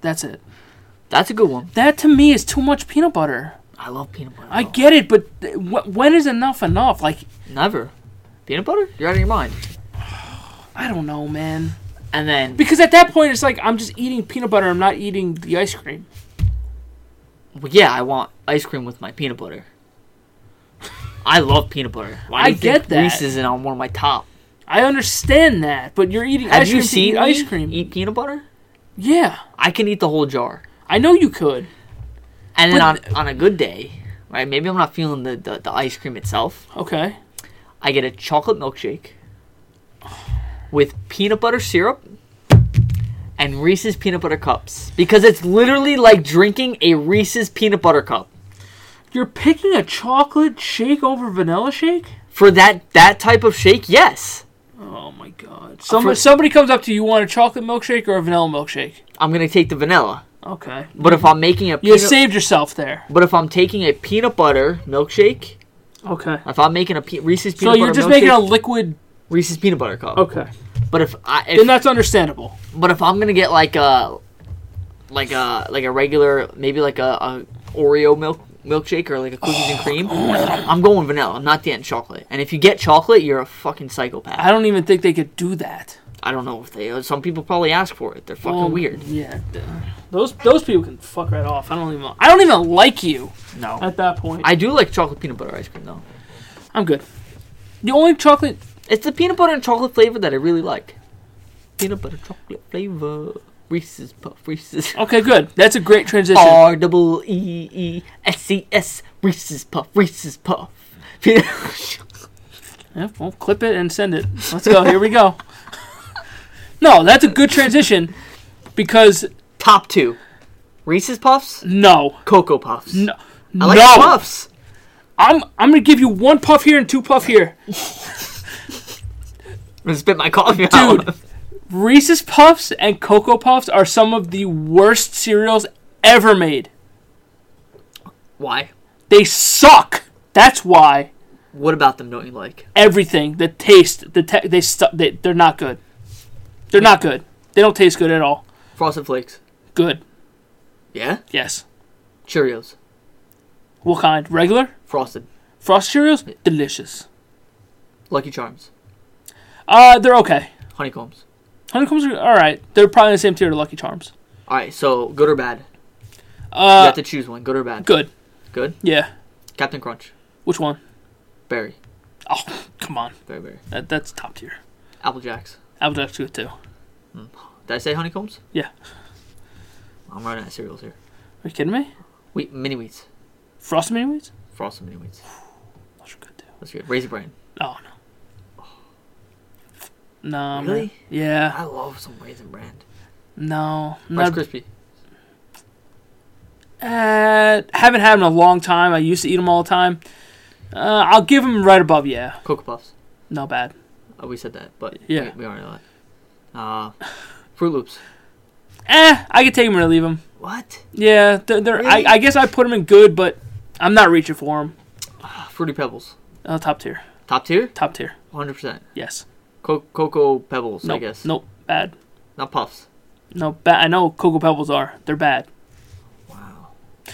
Speaker 2: That's it.
Speaker 1: That's a good one.
Speaker 2: That to me is too much peanut butter.
Speaker 1: I love peanut butter.
Speaker 2: I
Speaker 1: though.
Speaker 2: get it, but th- wh- when is enough enough? Like,
Speaker 1: never. Peanut butter? You're out of your mind.
Speaker 2: I don't know, man.
Speaker 1: And then
Speaker 2: Because at that point, it's like I'm just eating peanut butter. I'm not eating the ice cream.
Speaker 1: Well, yeah, I want ice cream with my peanut butter. I love peanut butter. Why do
Speaker 2: I
Speaker 1: you think
Speaker 2: get that.
Speaker 1: Reese's isn't on one of my top.
Speaker 2: I understand that, but you're eating
Speaker 1: Have
Speaker 2: ice
Speaker 1: you
Speaker 2: cream. to eat
Speaker 1: seen
Speaker 2: ice
Speaker 1: me
Speaker 2: cream?
Speaker 1: eat peanut butter?
Speaker 2: yeah,
Speaker 1: I can eat the whole jar.
Speaker 2: I know you could.
Speaker 1: And then on,
Speaker 2: But-
Speaker 1: on a good day, right? Maybe I'm not feeling the, the, the ice cream itself.
Speaker 2: Okay.
Speaker 1: I get a chocolate milkshake with peanut butter syrup and Reese's peanut butter cups because it's literally like drinking a Reese's peanut butter cup.
Speaker 2: You're picking a chocolate shake over vanilla shake?
Speaker 1: For that that type of shake, yes,
Speaker 2: Oh my god. Somebody,
Speaker 1: For-
Speaker 2: somebody comes up to you, you want a chocolate milkshake or a vanilla milkshake?
Speaker 1: I'm gonna take the vanilla.
Speaker 2: Okay.
Speaker 1: But if I'm making a
Speaker 2: You
Speaker 1: peanut,
Speaker 2: saved yourself there.
Speaker 1: But if I'm taking a peanut butter milkshake,
Speaker 2: Okay.
Speaker 1: if I'm making a pe- Reese's
Speaker 2: So
Speaker 1: peanut
Speaker 2: you're
Speaker 1: butter
Speaker 2: just
Speaker 1: milkshake,
Speaker 2: making a liquid.
Speaker 1: Reese's peanut butter cup.
Speaker 2: Okay.
Speaker 1: But if I,
Speaker 2: Then
Speaker 1: if,
Speaker 2: that's understandable.
Speaker 1: but if I'm gonna get like a, like a like a regular maybe like a, a Oreo milk milkshake or like a cookies and cream, I'm going vanilla. I'm not getting chocolate. And if you get chocolate, you're a fucking psychopath.
Speaker 2: I don't even think they could do that.
Speaker 1: I don't know if they. Some people probably ask for it. They're fucking
Speaker 2: Um,
Speaker 1: weird.
Speaker 2: Yeah. th- Those those people can fuck right off. I don't even. I don't even like you
Speaker 1: No,
Speaker 2: at that point. I,
Speaker 1: I do like chocolate peanut butter ice cream though.
Speaker 2: am good. The only chocolate.
Speaker 1: It's the peanut butter and chocolate flavor that I really like. Peanut butter chocolate flavor. Reese's Puff Reese's.
Speaker 2: Okay, good. That's a great transition.
Speaker 1: R double E E S E S Reese's Puff Reese's Puff. (laughs) Peanut-
Speaker 2: Yeah, well, clip it and send it. Let's go. Here
Speaker 1: (laughs)
Speaker 2: we go. No, that's a good transition because
Speaker 1: Top two. Reese's Puffs,
Speaker 2: no,
Speaker 1: Cocoa Puffs.
Speaker 2: no,
Speaker 1: I like
Speaker 2: no.
Speaker 1: Puffs.
Speaker 2: I'm I'm gonna give you one puff here and two puff here,
Speaker 1: I'm gonna spit my coffee out.
Speaker 2: dude. Reese's Puffs and Cocoa Puffs are some of the worst cereals ever made.
Speaker 1: (laughs) Why?
Speaker 2: They suck. That's why.
Speaker 1: What about them don't you like?
Speaker 2: everything, the taste, the te- they, stu- they they're not good. They're not good. They don't taste good at all.
Speaker 1: Frosted Flakes.
Speaker 2: Good.
Speaker 1: Yeah?
Speaker 2: Yes.
Speaker 1: Cheerios.
Speaker 2: What kind? Regular
Speaker 1: Frosted.
Speaker 2: frost Cheerios? Delicious.
Speaker 1: Lucky Charms.
Speaker 2: Uh, they're okay.
Speaker 1: Honeycombs.
Speaker 2: Honeycombs are all right. They're probably in the same tier to Lucky Charms.
Speaker 1: Alright, so good or bad? you
Speaker 2: Uh,
Speaker 1: have to choose one. Good or bad?
Speaker 2: good.
Speaker 1: Good?
Speaker 2: Yeah.
Speaker 1: Captain Crunch.
Speaker 2: Which one?
Speaker 1: Berry.
Speaker 2: Oh, come on.
Speaker 1: Berry berry.
Speaker 2: That, that's top tier.
Speaker 1: Apple Jacks.
Speaker 2: Apple Jack's good too.
Speaker 1: Did I say honeycombs?
Speaker 2: Yeah.
Speaker 1: I'm running out of cereals here.
Speaker 2: Are you kidding me?
Speaker 1: Wheat, mini wheats.
Speaker 2: Frosted Mini Wheats?
Speaker 1: Frosted mini wheats.
Speaker 2: Those are good too.
Speaker 1: That's good. Raisin bran.
Speaker 2: Oh no. No. man.
Speaker 1: Really?
Speaker 2: Yeah.
Speaker 1: I love some raisin bran.
Speaker 2: No.
Speaker 1: Rice
Speaker 2: Not,
Speaker 1: crispy.
Speaker 2: Uh, haven't had them in a long time. I used to eat them all the time. Uh, I'll give them right above. Yeah,
Speaker 1: Cocoa Puffs.
Speaker 2: not bad.
Speaker 1: Oh, we said that, but
Speaker 2: Yeah.
Speaker 1: we, we already know that. Uh, Fruit Loops.
Speaker 2: Eh, I could take them or leave them.
Speaker 1: What?
Speaker 2: Yeah, they're, they're,
Speaker 1: Really?
Speaker 2: I, I guess I put them in good, but I'm not reaching for them.
Speaker 1: Ah, Fruity Pebbles.
Speaker 2: Uh, top tier,
Speaker 1: Top tier.
Speaker 2: top tier.
Speaker 1: One hundred percent.
Speaker 2: Yes.
Speaker 1: Co- Cocoa Pebbles.
Speaker 2: Nope.
Speaker 1: I guess.
Speaker 2: Nope. Bad.
Speaker 1: Not Puffs.
Speaker 2: No, bad. I know cocoa pebbles are. They're bad.
Speaker 1: Wow.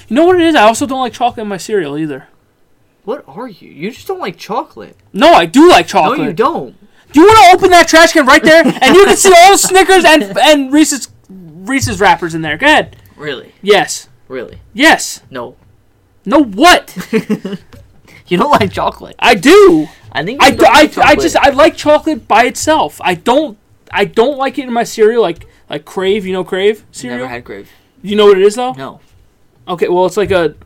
Speaker 2: You know what it is? I also don't like chocolate in my cereal either.
Speaker 1: What are you? You just don't like chocolate.
Speaker 2: No, I do like chocolate.
Speaker 1: No, you don't.
Speaker 2: Do you want to open that trash can right there, and you can see all Snickers and and Reese's Reese's wrappers in there? Go ahead.
Speaker 1: Really?
Speaker 2: Yes.
Speaker 1: Really?
Speaker 2: Yes.
Speaker 1: No. (laughs)
Speaker 2: No. What?
Speaker 1: You don't like chocolate. (laughs)
Speaker 2: I do.
Speaker 1: I think
Speaker 2: I,
Speaker 1: you
Speaker 2: do,
Speaker 1: don't
Speaker 2: I,
Speaker 1: like
Speaker 2: I
Speaker 1: chocolate.
Speaker 2: just I like chocolate by itself. I don't I don't like it in my cereal like like Crave. You know Crave cereal.
Speaker 1: never had grave.
Speaker 2: you know what it is though.
Speaker 1: No.
Speaker 2: Okay. Well, it's like a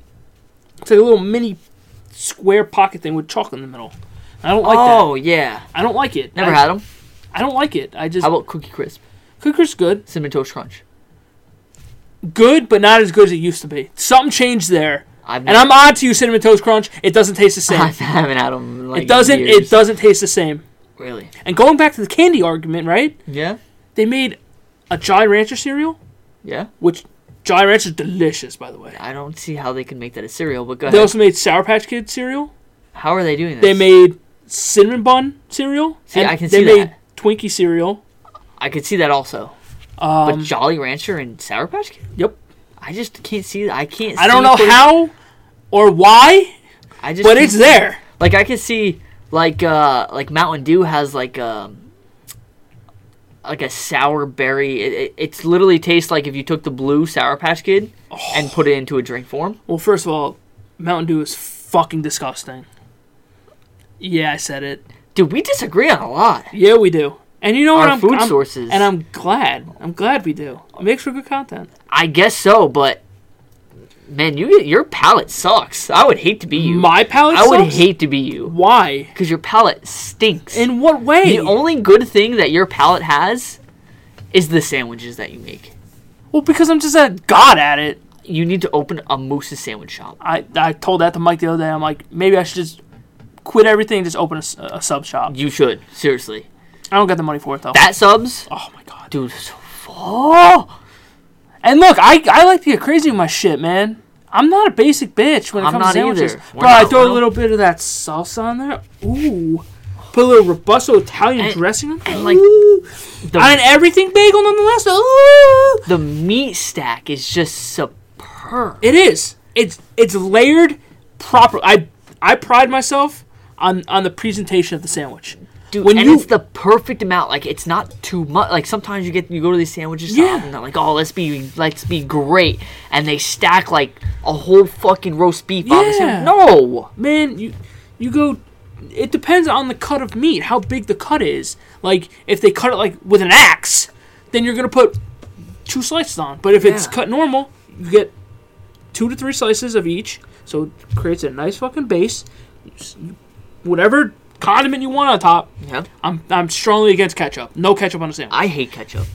Speaker 2: it's like a little mini square pocket thing with chocolate in the middle. I don't like
Speaker 1: oh yeah.
Speaker 2: that. I don't like it.
Speaker 1: Never
Speaker 2: I,
Speaker 1: had them.
Speaker 2: I don't like it. I just
Speaker 1: How about Cookie Crisp?
Speaker 2: Cooker's good,
Speaker 1: Cinnamon Toast Crunch.
Speaker 2: good, but not as good as it used to be. Something changed there.
Speaker 1: I've
Speaker 2: And I'm on to you, cinnamon toast crunch. It doesn't taste the
Speaker 1: Mm. (laughs) I
Speaker 2: same.
Speaker 1: haven't had them. In like
Speaker 2: it doesn't. It
Speaker 1: Years.
Speaker 2: doesn't taste the same.
Speaker 1: Really?
Speaker 2: And going back to the candy argument, right?
Speaker 1: Yeah.
Speaker 2: They made a Jolly Rancher cereal,
Speaker 1: Yeah.
Speaker 2: which Jolly Rancher is delicious, by the way.
Speaker 1: I don't see how they can make that a cereal. But go
Speaker 2: They
Speaker 1: ahead.
Speaker 2: also made Sour Patch Kid cereal.
Speaker 1: How are they doing this?
Speaker 2: They made cinnamon bun cereal.
Speaker 1: See,
Speaker 2: and
Speaker 1: I can
Speaker 2: they
Speaker 1: see
Speaker 2: made
Speaker 1: that.
Speaker 2: Twinkie cereal.
Speaker 1: I could see that also.
Speaker 2: Um,
Speaker 1: but Jolly Rancher and Sour Patch Kid.
Speaker 2: yep.
Speaker 1: I just can't see. I can't.
Speaker 2: I don't
Speaker 1: see
Speaker 2: know
Speaker 1: putting-
Speaker 2: how or why,
Speaker 1: I just.
Speaker 2: but
Speaker 1: can't
Speaker 2: it's
Speaker 1: see-
Speaker 2: there.
Speaker 1: Like I could see, like uh, like Mountain Dew has like um, like a sour berry. It, it, it's literally tastes like if you took the blue Sour Patch Kid and put it into a drink form.
Speaker 2: Well, first of all, Mountain Dew is fucking disgusting. Yeah, I said it.
Speaker 1: Dude, we disagree on a lot.
Speaker 2: Yeah, we do. And you know what?
Speaker 1: Our
Speaker 2: I'm,
Speaker 1: food
Speaker 2: I'm-
Speaker 1: sources.
Speaker 2: And I'm glad. I'm glad we do. It makes for good content.
Speaker 1: I guess so, but man, you your palate sucks. I would hate to be you.
Speaker 2: My palate.
Speaker 1: I would
Speaker 2: sucks?
Speaker 1: hate to be you
Speaker 2: Why?
Speaker 1: because your palate stinks.
Speaker 2: In what way?
Speaker 1: the only good thing that your palate has is the sandwiches that you make.
Speaker 2: well, because I'm just a god at it.
Speaker 1: You need to open a Moose's sandwich shop.
Speaker 2: I I told that to Mike the other day. I'm like, maybe I should just quit everything and just open a, s- a sub shop.
Speaker 1: You should seriously.
Speaker 2: I don't got the money for it though.
Speaker 1: That subs,
Speaker 2: oh my god. Oh!
Speaker 1: dude. So full.
Speaker 2: And look, I I like to get crazy with my shit, man. I'm not a basic bitch when it
Speaker 1: I'm
Speaker 2: comes
Speaker 1: not
Speaker 2: to sandwiches.
Speaker 1: either. We're
Speaker 2: Bro, I
Speaker 1: not,
Speaker 2: throw a
Speaker 1: bro.
Speaker 2: little bit of that salsa on there. Ooh. Put a little robusto Italian
Speaker 1: And-
Speaker 2: dressing on there.
Speaker 1: and, like,
Speaker 2: Ooh.
Speaker 1: the-
Speaker 2: on an everything bagel nonetheless. Ooh.
Speaker 1: The meat stack is just superb.
Speaker 2: It is. It's it's layered proper. I I pride myself on on the presentation of the sandwich.
Speaker 1: Dude,
Speaker 2: When
Speaker 1: and
Speaker 2: you-
Speaker 1: it's the perfect amount. Like it's not too much. Like sometimes you get you go to these sandwiches shop
Speaker 2: Yeah.
Speaker 1: and they're like, oh, let's be let's be great, and they stack like a whole fucking roast beef on the
Speaker 2: Yeah.
Speaker 1: sandwich. No,
Speaker 2: man, you you go. It depends on the cut of meat, how big the cut is. Like if they cut it like with an axe, then you're gonna put two slices on. But if it's
Speaker 1: Yeah.
Speaker 2: cut normal, you get two to three slices of each, so it creates a nice fucking base. You s- you- Whatever condiment you want on top.
Speaker 1: yeah,
Speaker 2: I'm I'm strongly against ketchup. No ketchup on a sandwich.
Speaker 1: I hate ketchup.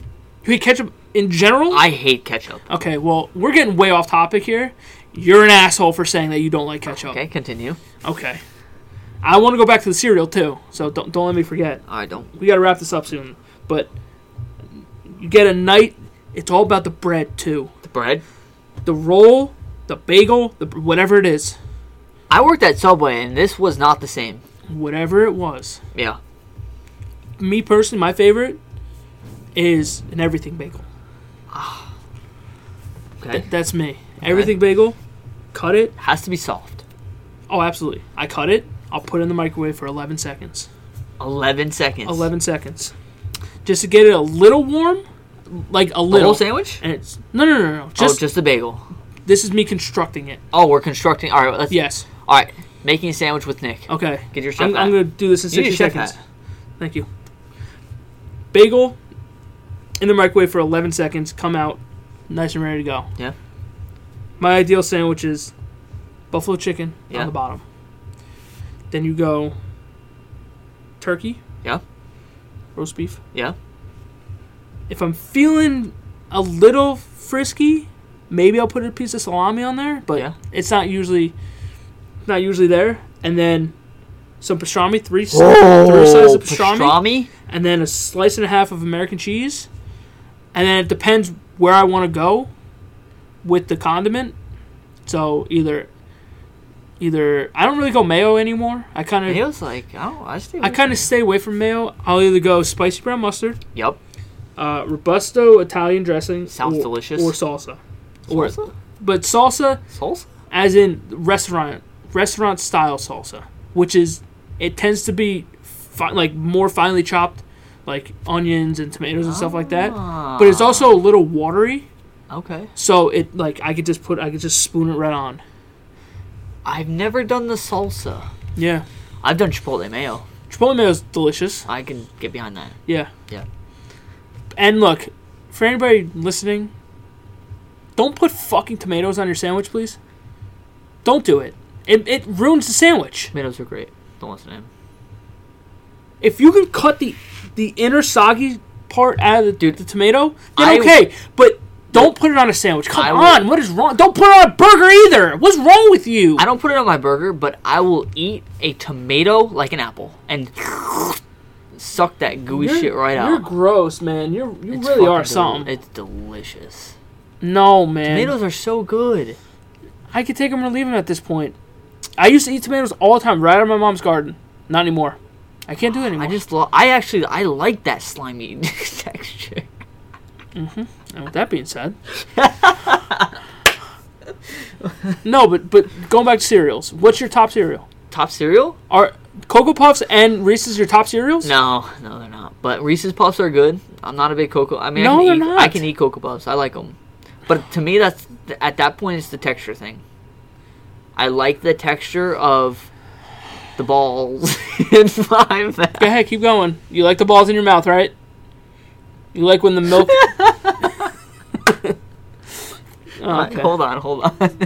Speaker 2: You hate ketchup in general?
Speaker 1: I hate ketchup.
Speaker 2: okay, well we're getting way off topic here. You're an asshole for saying that you don't like ketchup.
Speaker 1: Okay, continue.
Speaker 2: Okay. I want to go back to the cereal too, so don't don't let me forget.
Speaker 1: I don't.
Speaker 2: We got to wrap this up soon, but you get a night. It's all about the bread too,
Speaker 1: The bread.
Speaker 2: the roll, the bagel, the whatever it is,
Speaker 1: I worked at Subway and this was not the same.
Speaker 2: whatever it was.
Speaker 1: Yeah.
Speaker 2: Me personally, my favorite is an everything bagel.
Speaker 1: Okay.
Speaker 2: That's me. Everything bagel, cut it.
Speaker 1: Has to be soft.
Speaker 2: Oh, absolutely. I cut it. I'll put it in the microwave for 11 seconds.
Speaker 1: Eleven seconds.
Speaker 2: 11 seconds. Just to get it a little warm, like a
Speaker 1: The
Speaker 2: little.
Speaker 1: whole sandwich.
Speaker 2: and it's no, no, no, no.
Speaker 1: oh,
Speaker 2: Just,
Speaker 1: just the bagel.
Speaker 2: this is me constructing it.
Speaker 1: Oh, we're constructing. All right. Let's,
Speaker 2: Yes.
Speaker 1: All right. Making a sandwich with Nick.
Speaker 2: Okay.
Speaker 1: Get your chef
Speaker 2: I'm, I'm
Speaker 1: hat.
Speaker 2: gonna do this in
Speaker 1: You need
Speaker 2: 60
Speaker 1: a chef
Speaker 2: seconds.
Speaker 1: hat.
Speaker 2: Thank you. Bagel in the microwave for 11 seconds. Come out, nice and ready to go.
Speaker 1: Yeah.
Speaker 2: My ideal sandwich is buffalo chicken
Speaker 1: Yeah.
Speaker 2: on the bottom. Then you go turkey,
Speaker 1: Yeah.
Speaker 2: roast beef.
Speaker 1: Yeah.
Speaker 2: If I'm feeling a little frisky, Maybe I'll put a piece of salami on there, but
Speaker 1: Yeah.
Speaker 2: it's not usually not usually there. And then some pastrami, three s- three slices
Speaker 1: Oh,
Speaker 2: of pastrami,
Speaker 1: pastrami?
Speaker 2: and then a slice and a half of American cheese. And then it depends where I want to go with the condiment. So either either I don't really go mayo anymore. I kind of
Speaker 1: Mayo's like, I don't. I stay.
Speaker 2: I kind of stay away from mayo. I'll either go spicy brown mustard,
Speaker 1: Yep.
Speaker 2: uh, robusto Italian dressing,
Speaker 1: Sounds
Speaker 2: or,
Speaker 1: delicious.
Speaker 2: or salsa. Or-
Speaker 1: Salsa.
Speaker 2: but salsa
Speaker 1: Salsa.
Speaker 2: as in restaurant restaurant style salsa, which is it tends to be fi- like more finely chopped, like onions and tomatoes and stuff like that. But it's also a little watery,
Speaker 1: Ah, Okay.
Speaker 2: so it like I could just put I could just spoon it right on.
Speaker 1: I've never done the salsa.
Speaker 2: Yeah,
Speaker 1: I've done chipotle mayo.
Speaker 2: chipotle mayo is delicious.
Speaker 1: I can get behind that.
Speaker 2: Yeah.
Speaker 1: Yeah.
Speaker 2: And look, for anybody listening, don't put fucking tomatoes on your sandwich, please. Don't do it. It, it ruins the sandwich.
Speaker 1: Tomatoes are great. Don't listen to him.
Speaker 2: If you can cut the the inner soggy part out of the,
Speaker 1: Dude,
Speaker 2: the tomato, then
Speaker 1: I-
Speaker 2: okay. But don't put it on a sandwich. Come
Speaker 1: I will-
Speaker 2: on, what is wrong? Don't put it on a burger either. What's wrong with you?
Speaker 1: I don't put it on my burger, but I will eat a tomato like an apple and suck that gooey shit right
Speaker 2: You're
Speaker 1: out.
Speaker 2: gross, man. You're, you
Speaker 1: It's
Speaker 2: really
Speaker 1: fucking deli-
Speaker 2: are something.
Speaker 1: It's delicious.
Speaker 2: No, man.
Speaker 1: Tomatoes are so good.
Speaker 2: I could take them or leave them at this point. I used to eat tomatoes all the time, right out of my mom's garden. Not anymore. I can't do it anymore.
Speaker 1: I just love. I actually I like that slimy (laughs) texture.
Speaker 2: And with that being said, (laughs) no, but but going back to cereals, what's your top cereal?
Speaker 1: Top cereal?
Speaker 2: Are Cocoa Puffs and Reese's your top cereals?
Speaker 1: No, no, they're not. But Reese's Puffs are good. I'm not a big cocoa. I mean,
Speaker 2: No,
Speaker 1: I can
Speaker 2: they're
Speaker 1: eat,
Speaker 2: not.
Speaker 1: I can eat cocoa puffs. I like them. But to me, that's at that point, it's the texture thing. I like the texture of the balls (laughs) in my mouth.
Speaker 2: Go ahead, keep going. You like the balls in your mouth, right? You like when
Speaker 1: (laughs)
Speaker 2: the milk. (laughs) Oh, okay.
Speaker 1: Hold on, hold on. (laughs)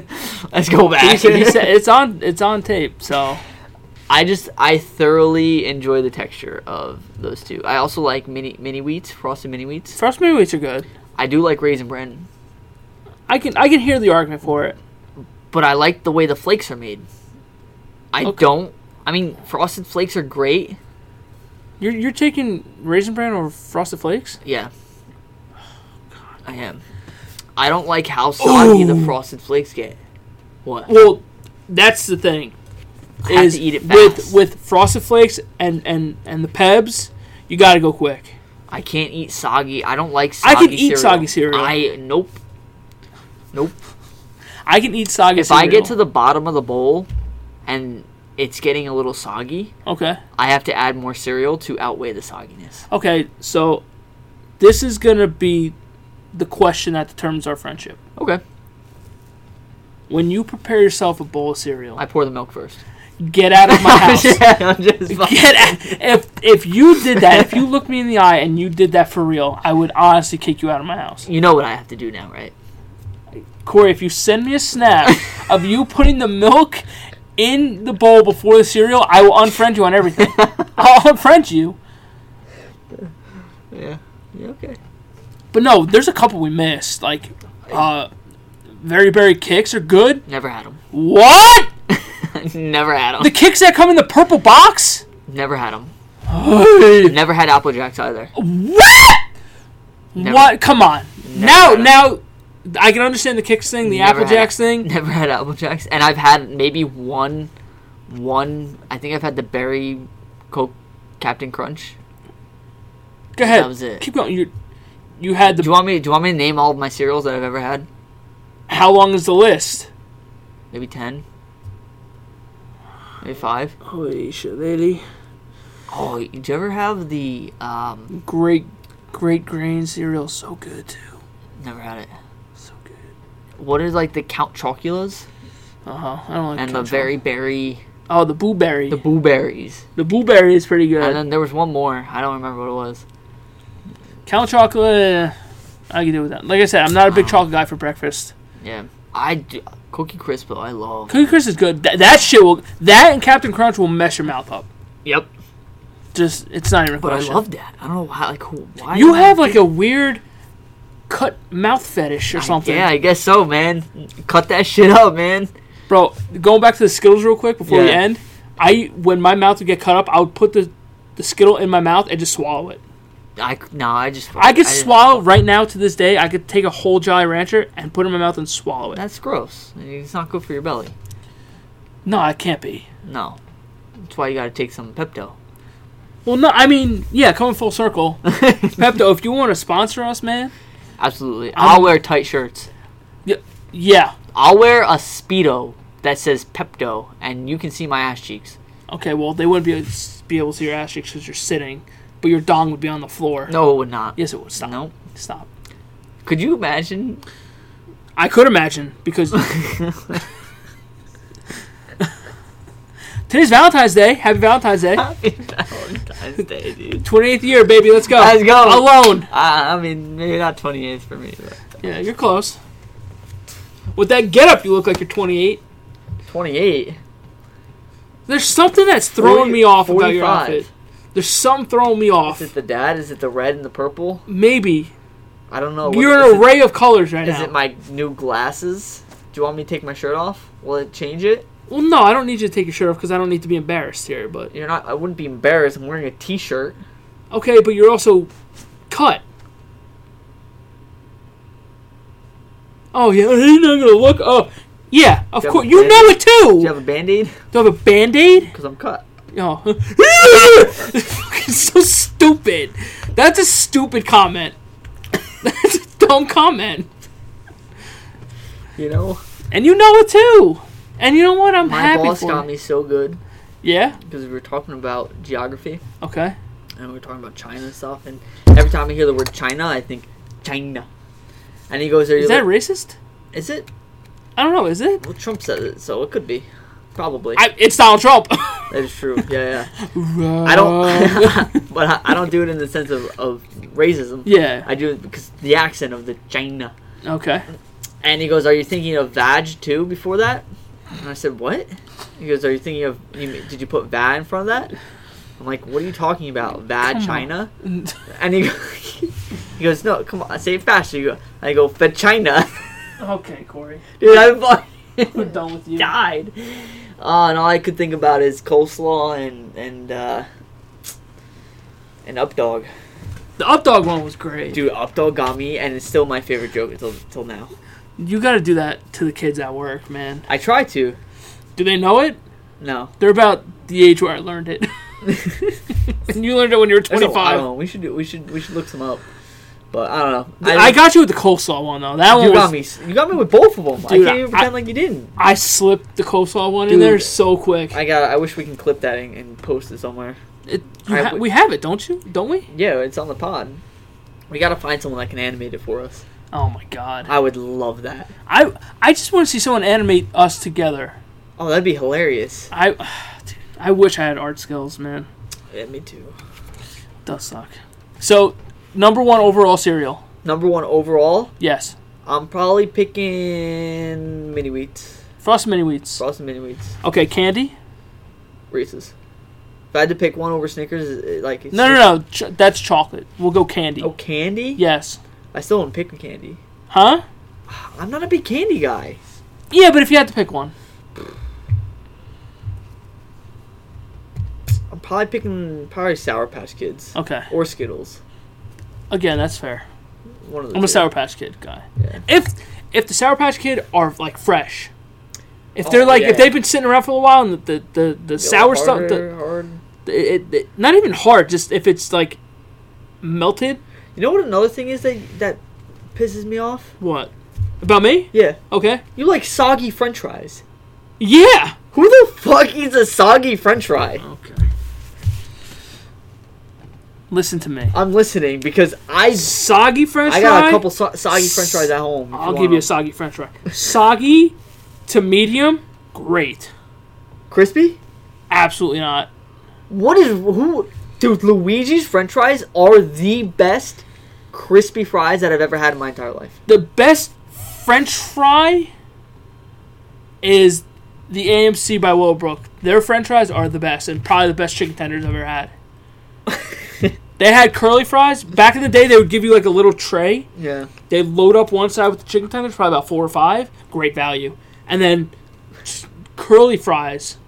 Speaker 1: Let's go
Speaker 2: He
Speaker 1: back.
Speaker 2: said- he said- it's on. It's on tape. So
Speaker 1: (laughs) I just I thoroughly enjoy the texture of those two. I also like mini mini wheats, frosted mini wheats.
Speaker 2: frosted wheats are good.
Speaker 1: I do like raisin bran,
Speaker 2: I can I can hear the argument for it.
Speaker 1: but I like the way the flakes are made. I
Speaker 2: Okay.
Speaker 1: don't. I mean, frosted flakes are great.
Speaker 2: You're you're taking raisin bran over frosted flakes?
Speaker 1: Yeah. I am. I don't like how soggy the frosted flakes get. What?
Speaker 2: Well, that's the thing.
Speaker 1: I have to eat it fast.
Speaker 2: with with frosted flakes and and and the Pebs, you got to go quick.
Speaker 1: I can't eat soggy. I don't like
Speaker 2: I
Speaker 1: soggy
Speaker 2: can eat soggy cereal.
Speaker 1: I nope. Nope.
Speaker 2: I can eat soggy.
Speaker 1: If I get to the bottom of the bowl and it's getting a little soggy,
Speaker 2: okay,
Speaker 1: I have to add more cereal to outweigh the sogginess.
Speaker 2: okay, so this is gonna be the question that determines our friendship.
Speaker 1: Okay.
Speaker 2: When you prepare yourself a bowl of cereal,
Speaker 1: I pour the milk
Speaker 2: (laughs)
Speaker 1: first. (laughs)
Speaker 2: get out of my house.
Speaker 1: yeah, (laughs) I'm just fucking-
Speaker 2: Get out. If if you did that, if you looked me in the eye and you did that for real, I would honestly kick you out of my house.
Speaker 1: You know what I have to do now, right?
Speaker 2: Corey, if you send me a
Speaker 1: (laughs)
Speaker 2: snap of you putting the milk in the bowl before the cereal, I will unfriend you
Speaker 1: (laughs)
Speaker 2: on everything. I'll unfriend you.
Speaker 1: Yeah. Yeah, okay.
Speaker 2: But no, there's a couple we missed. Like, uh, very berry kicks are good.
Speaker 1: Never had them.
Speaker 2: What?
Speaker 1: (laughs) Never had
Speaker 2: The
Speaker 1: them.
Speaker 2: kicks that come in the purple box?
Speaker 1: Never had them.
Speaker 2: Hey,
Speaker 1: Never had Apple Jacks either.
Speaker 2: what?
Speaker 1: Never.
Speaker 2: What? Come on. Now,
Speaker 1: had 'em.
Speaker 2: now, I can understand the kicks thing, the
Speaker 1: Never
Speaker 2: Apple
Speaker 1: had
Speaker 2: Jacks
Speaker 1: it. (laughs)
Speaker 2: thing.
Speaker 1: Never had Apple Jacks, and I've had maybe one, one. I think I've had the berry, Coke, Captain Crunch.
Speaker 2: Go ahead.
Speaker 1: That was it.
Speaker 2: Keep going. You, you had
Speaker 1: Do you
Speaker 2: the.
Speaker 1: want me? Do you want me to name all of my cereals that I've ever had?
Speaker 2: How long is the list?
Speaker 1: Maybe ten. Maybe five.
Speaker 2: Holy shit, lady.
Speaker 1: Oh, did you ever have the? um
Speaker 2: Great, great grain cereal, so good too,
Speaker 1: Never had it.
Speaker 2: so good.
Speaker 1: What is like the Count Chocula's
Speaker 2: Uh huh. I don't like
Speaker 1: and the
Speaker 2: Count Chocula.
Speaker 1: very berry,
Speaker 2: Oh, the blueberry.
Speaker 1: the
Speaker 2: The,
Speaker 1: blueberries,
Speaker 2: blueberry is pretty good.
Speaker 1: and then there was one more. I don't remember what it was.
Speaker 2: Count chocolate. I can deal with that. Like I said, I'm not a big chocolate guy for breakfast. Yeah.
Speaker 1: Yeah, I do, Cookie Crisp. though, I love.
Speaker 2: Cookie Crisp is good. That, that shit will. That and Captain Crunch will mess your mouth up.
Speaker 1: Yep,
Speaker 2: Just it's not even a
Speaker 1: but I
Speaker 2: question.
Speaker 1: love that. I don't know why. Like who- why?
Speaker 2: you
Speaker 1: am I
Speaker 2: have like a weird cut mouth fetish or something.
Speaker 1: Yeah, I guess so, man. Cut that (laughs) shit up, man.
Speaker 2: Bro, going back to the Skittles real quick before we
Speaker 1: Yeah.
Speaker 2: end, I when my mouth would get cut up, I would put the, the Skittle in my mouth and just swallow it.
Speaker 1: I no, I just
Speaker 2: I could
Speaker 1: just-
Speaker 2: swallow right now to this day. I could take a whole Jolly Rancher and put it in my mouth and swallow it.
Speaker 1: That's gross. It's not good for your belly.
Speaker 2: No, it can't be.
Speaker 1: No, that's why you got to take some
Speaker 2: (laughs)
Speaker 1: Pepto.
Speaker 2: Well, no, I mean, yeah, coming full circle.
Speaker 1: (laughs)
Speaker 2: Pepto, if you want to sponsor us, man,
Speaker 1: Absolutely,
Speaker 2: I'm-
Speaker 1: i will wear tight shirts.
Speaker 2: yeah.
Speaker 1: I'll wear a speedo that says Pepto, and you can see my ass cheeks.
Speaker 2: Okay, well, they wouldn't be able to, be able to see your ass cheeks because you're sitting, but your dong would be on the floor.
Speaker 1: No, it would not.
Speaker 2: Yes, it would. Stop.
Speaker 1: Nope.
Speaker 2: Stop.
Speaker 1: Could you imagine? (laughs)
Speaker 2: I could imagine because today's Valentine's Day. Happy Valentine's Day.
Speaker 1: Valentine's Day,
Speaker 2: (laughs)
Speaker 1: dude.
Speaker 2: 28th year, baby. Let's go.
Speaker 1: Let's go.
Speaker 2: Alone.
Speaker 1: I, I mean, maybe not 28th for me, but
Speaker 2: Yeah, you're close. With that getup, you look like you're 28.
Speaker 1: 28.
Speaker 2: There's something that's throwing
Speaker 1: Forty-
Speaker 2: me off about your
Speaker 1: 45.
Speaker 2: outfit. There's something throwing me off.
Speaker 1: Is it the dad? Is it the red and the purple?
Speaker 2: Maybe.
Speaker 1: I don't know.
Speaker 2: you're
Speaker 1: Oh, is
Speaker 2: an
Speaker 1: it-
Speaker 2: array of colors right
Speaker 1: Is
Speaker 2: now.
Speaker 1: it my new glasses? Do you want me to take my shirt off? Will it change it?
Speaker 2: well, no, I don't need you to take your shirt off because I don't need to be embarrassed here. But
Speaker 1: You're not. I wouldn't be embarrassed. I'm wearing a T-shirt.
Speaker 2: okay, but you're also cut. Oh yeah, you're not gonna look. Oh yeah, of
Speaker 1: Do you have
Speaker 2: course.
Speaker 1: a
Speaker 2: You know it
Speaker 1: Band-Aid?
Speaker 2: too.
Speaker 1: Do you have a band-aid? (laughs)
Speaker 2: Do I have a band aid?
Speaker 1: Because I'm cut.
Speaker 2: No. (laughs) Fucking so stupid. That's a stupid comment. (laughs) That's a dumb comment.
Speaker 1: You know,
Speaker 2: And you know it too. And you know what? I'm
Speaker 1: my
Speaker 2: happy
Speaker 1: boss
Speaker 2: for.
Speaker 1: got
Speaker 2: you.
Speaker 1: me so good
Speaker 2: Yeah.
Speaker 1: because we were talking about geography
Speaker 2: Okay.
Speaker 1: and we were talking about China and stuff. And every time I hear the word China, I think China. And he goes, "Are you
Speaker 2: Is that
Speaker 1: like-
Speaker 2: racist?
Speaker 1: Is it?
Speaker 2: I don't know. Is it?
Speaker 1: Well, Trump says it, so it could be. Probably.
Speaker 2: I, it's Donald Trump. (laughs)
Speaker 1: that is true. Yeah, yeah. I
Speaker 2: I
Speaker 1: don't, (laughs) but I, I don't do it in the sense of, of racism.
Speaker 2: Oh. yeah.
Speaker 1: I do it because the accent of the China.
Speaker 2: Okay.
Speaker 1: And he goes, "Are you thinking of vag too?" Before that, and I said, "What?" He goes, "Are you thinking of? You, did you put va in front of that?" I'm like, "What are you talking about? Va
Speaker 2: Come on.
Speaker 1: China?" And he, (laughs) go- he goes, "No, come on, say it faster." You go, I go, "Va China."
Speaker 2: (laughs)
Speaker 1: (laughs)
Speaker 2: okay, Corey.
Speaker 1: Dude, I'm fucking (laughs)
Speaker 2: We're done with you.
Speaker 1: died. Uh, and all I could think about is coleslaw and and uh, and updog.
Speaker 2: The updog one was great.
Speaker 1: Dude, updog got me, and it's still my favorite joke until till now.
Speaker 2: You got to do that to the kids at work, man.
Speaker 1: I try to.
Speaker 2: Do they know it?
Speaker 1: No, (laughs)
Speaker 2: They're about the age where I learned it. (laughs) and you learned it when you were
Speaker 1: There's a lot
Speaker 2: 25.
Speaker 1: of 'em. We should do, we should we should look some up. But I don't know.
Speaker 2: I, got you with the coleslaw one though. That
Speaker 1: you
Speaker 2: one was,
Speaker 1: got me. s- You got me with both of them.
Speaker 2: Dude,
Speaker 1: I can't even
Speaker 2: I-
Speaker 1: pretend like you didn't.
Speaker 2: I slipped the coleslaw one in
Speaker 1: Dude.
Speaker 2: there so quick.
Speaker 1: I got. I wish we can clip that and, and post it somewhere.
Speaker 2: It- you
Speaker 1: I
Speaker 2: ha-
Speaker 1: would-
Speaker 2: we have it, don't you? Don't we?
Speaker 1: Yeah, it's on the pod. We gotta find someone that can animate it for us.
Speaker 2: Oh my god.
Speaker 1: I would love that.
Speaker 2: I I just want to see someone animate us together.
Speaker 1: Oh, that'd be hilarious.
Speaker 2: I (sighs) dude, I wish I had art skills, man.
Speaker 1: Yeah, me too.
Speaker 2: Does suck. So number one overall cereal.
Speaker 1: Number one overall,
Speaker 2: Yes.
Speaker 1: I'm probably picking mini wheats.
Speaker 2: Frost mini wheats.
Speaker 1: Frosted mini wheats.
Speaker 2: Okay, candy.
Speaker 1: Reese's. If I had to pick one over Snickers, it, like it's
Speaker 2: No, no, no. Ch- that's chocolate. We'll go candy.
Speaker 1: Oh, candy?
Speaker 2: Yes.
Speaker 1: I still don't pick candy.
Speaker 2: Huh?
Speaker 1: I'm not a big candy guy.
Speaker 2: Yeah, but if you had to pick one,
Speaker 1: I'm probably picking probably Sour Patch Kids
Speaker 2: okay.
Speaker 1: or Skittles.
Speaker 2: Again, that's fair.
Speaker 1: One of the
Speaker 2: I'm a
Speaker 1: two.
Speaker 2: Sour Patch Kid guy.
Speaker 1: Yeah.
Speaker 2: If if the Sour Patch Kid are like fresh, if they're
Speaker 1: Oh,
Speaker 2: like if
Speaker 1: yeah.
Speaker 2: they've been sitting around for a while and the the the, the
Speaker 1: Yellow
Speaker 2: sour stuff,
Speaker 1: harder,
Speaker 2: the,
Speaker 1: hard.
Speaker 2: the- it, it- not even hard, just if it's like melted,
Speaker 1: You know what another thing is that that pisses me off?
Speaker 2: what? About me?
Speaker 1: Yeah,
Speaker 2: Okay.
Speaker 1: you like soggy French fries.
Speaker 2: Yeah.
Speaker 1: Who the fuck eats a soggy French fry?
Speaker 2: Okay. Listen to me.
Speaker 1: I'm listening because I
Speaker 2: Soggy French
Speaker 1: I got
Speaker 2: fry?
Speaker 1: a couple so- soggy French fries at home. if you
Speaker 2: I'll
Speaker 1: want
Speaker 2: give you a
Speaker 1: them.
Speaker 2: soggy French fry. Soggy to medium, great.
Speaker 1: crispy.
Speaker 2: Absolutely not.
Speaker 1: What is who? Dude, Luigi's French fries are the best crispy fries that I've ever had in my entire life.
Speaker 2: the best French fry is the AMC
Speaker 1: (laughs)
Speaker 2: by Willowbrook. Their French fries are the best, and probably the best chicken tenders I've ever had. They had curly fries. Back in the day, they would give you like a little tray.
Speaker 1: Yeah.
Speaker 2: They load up one side with the chicken tenders, probably about four or five. Great value. And then s- curly fries.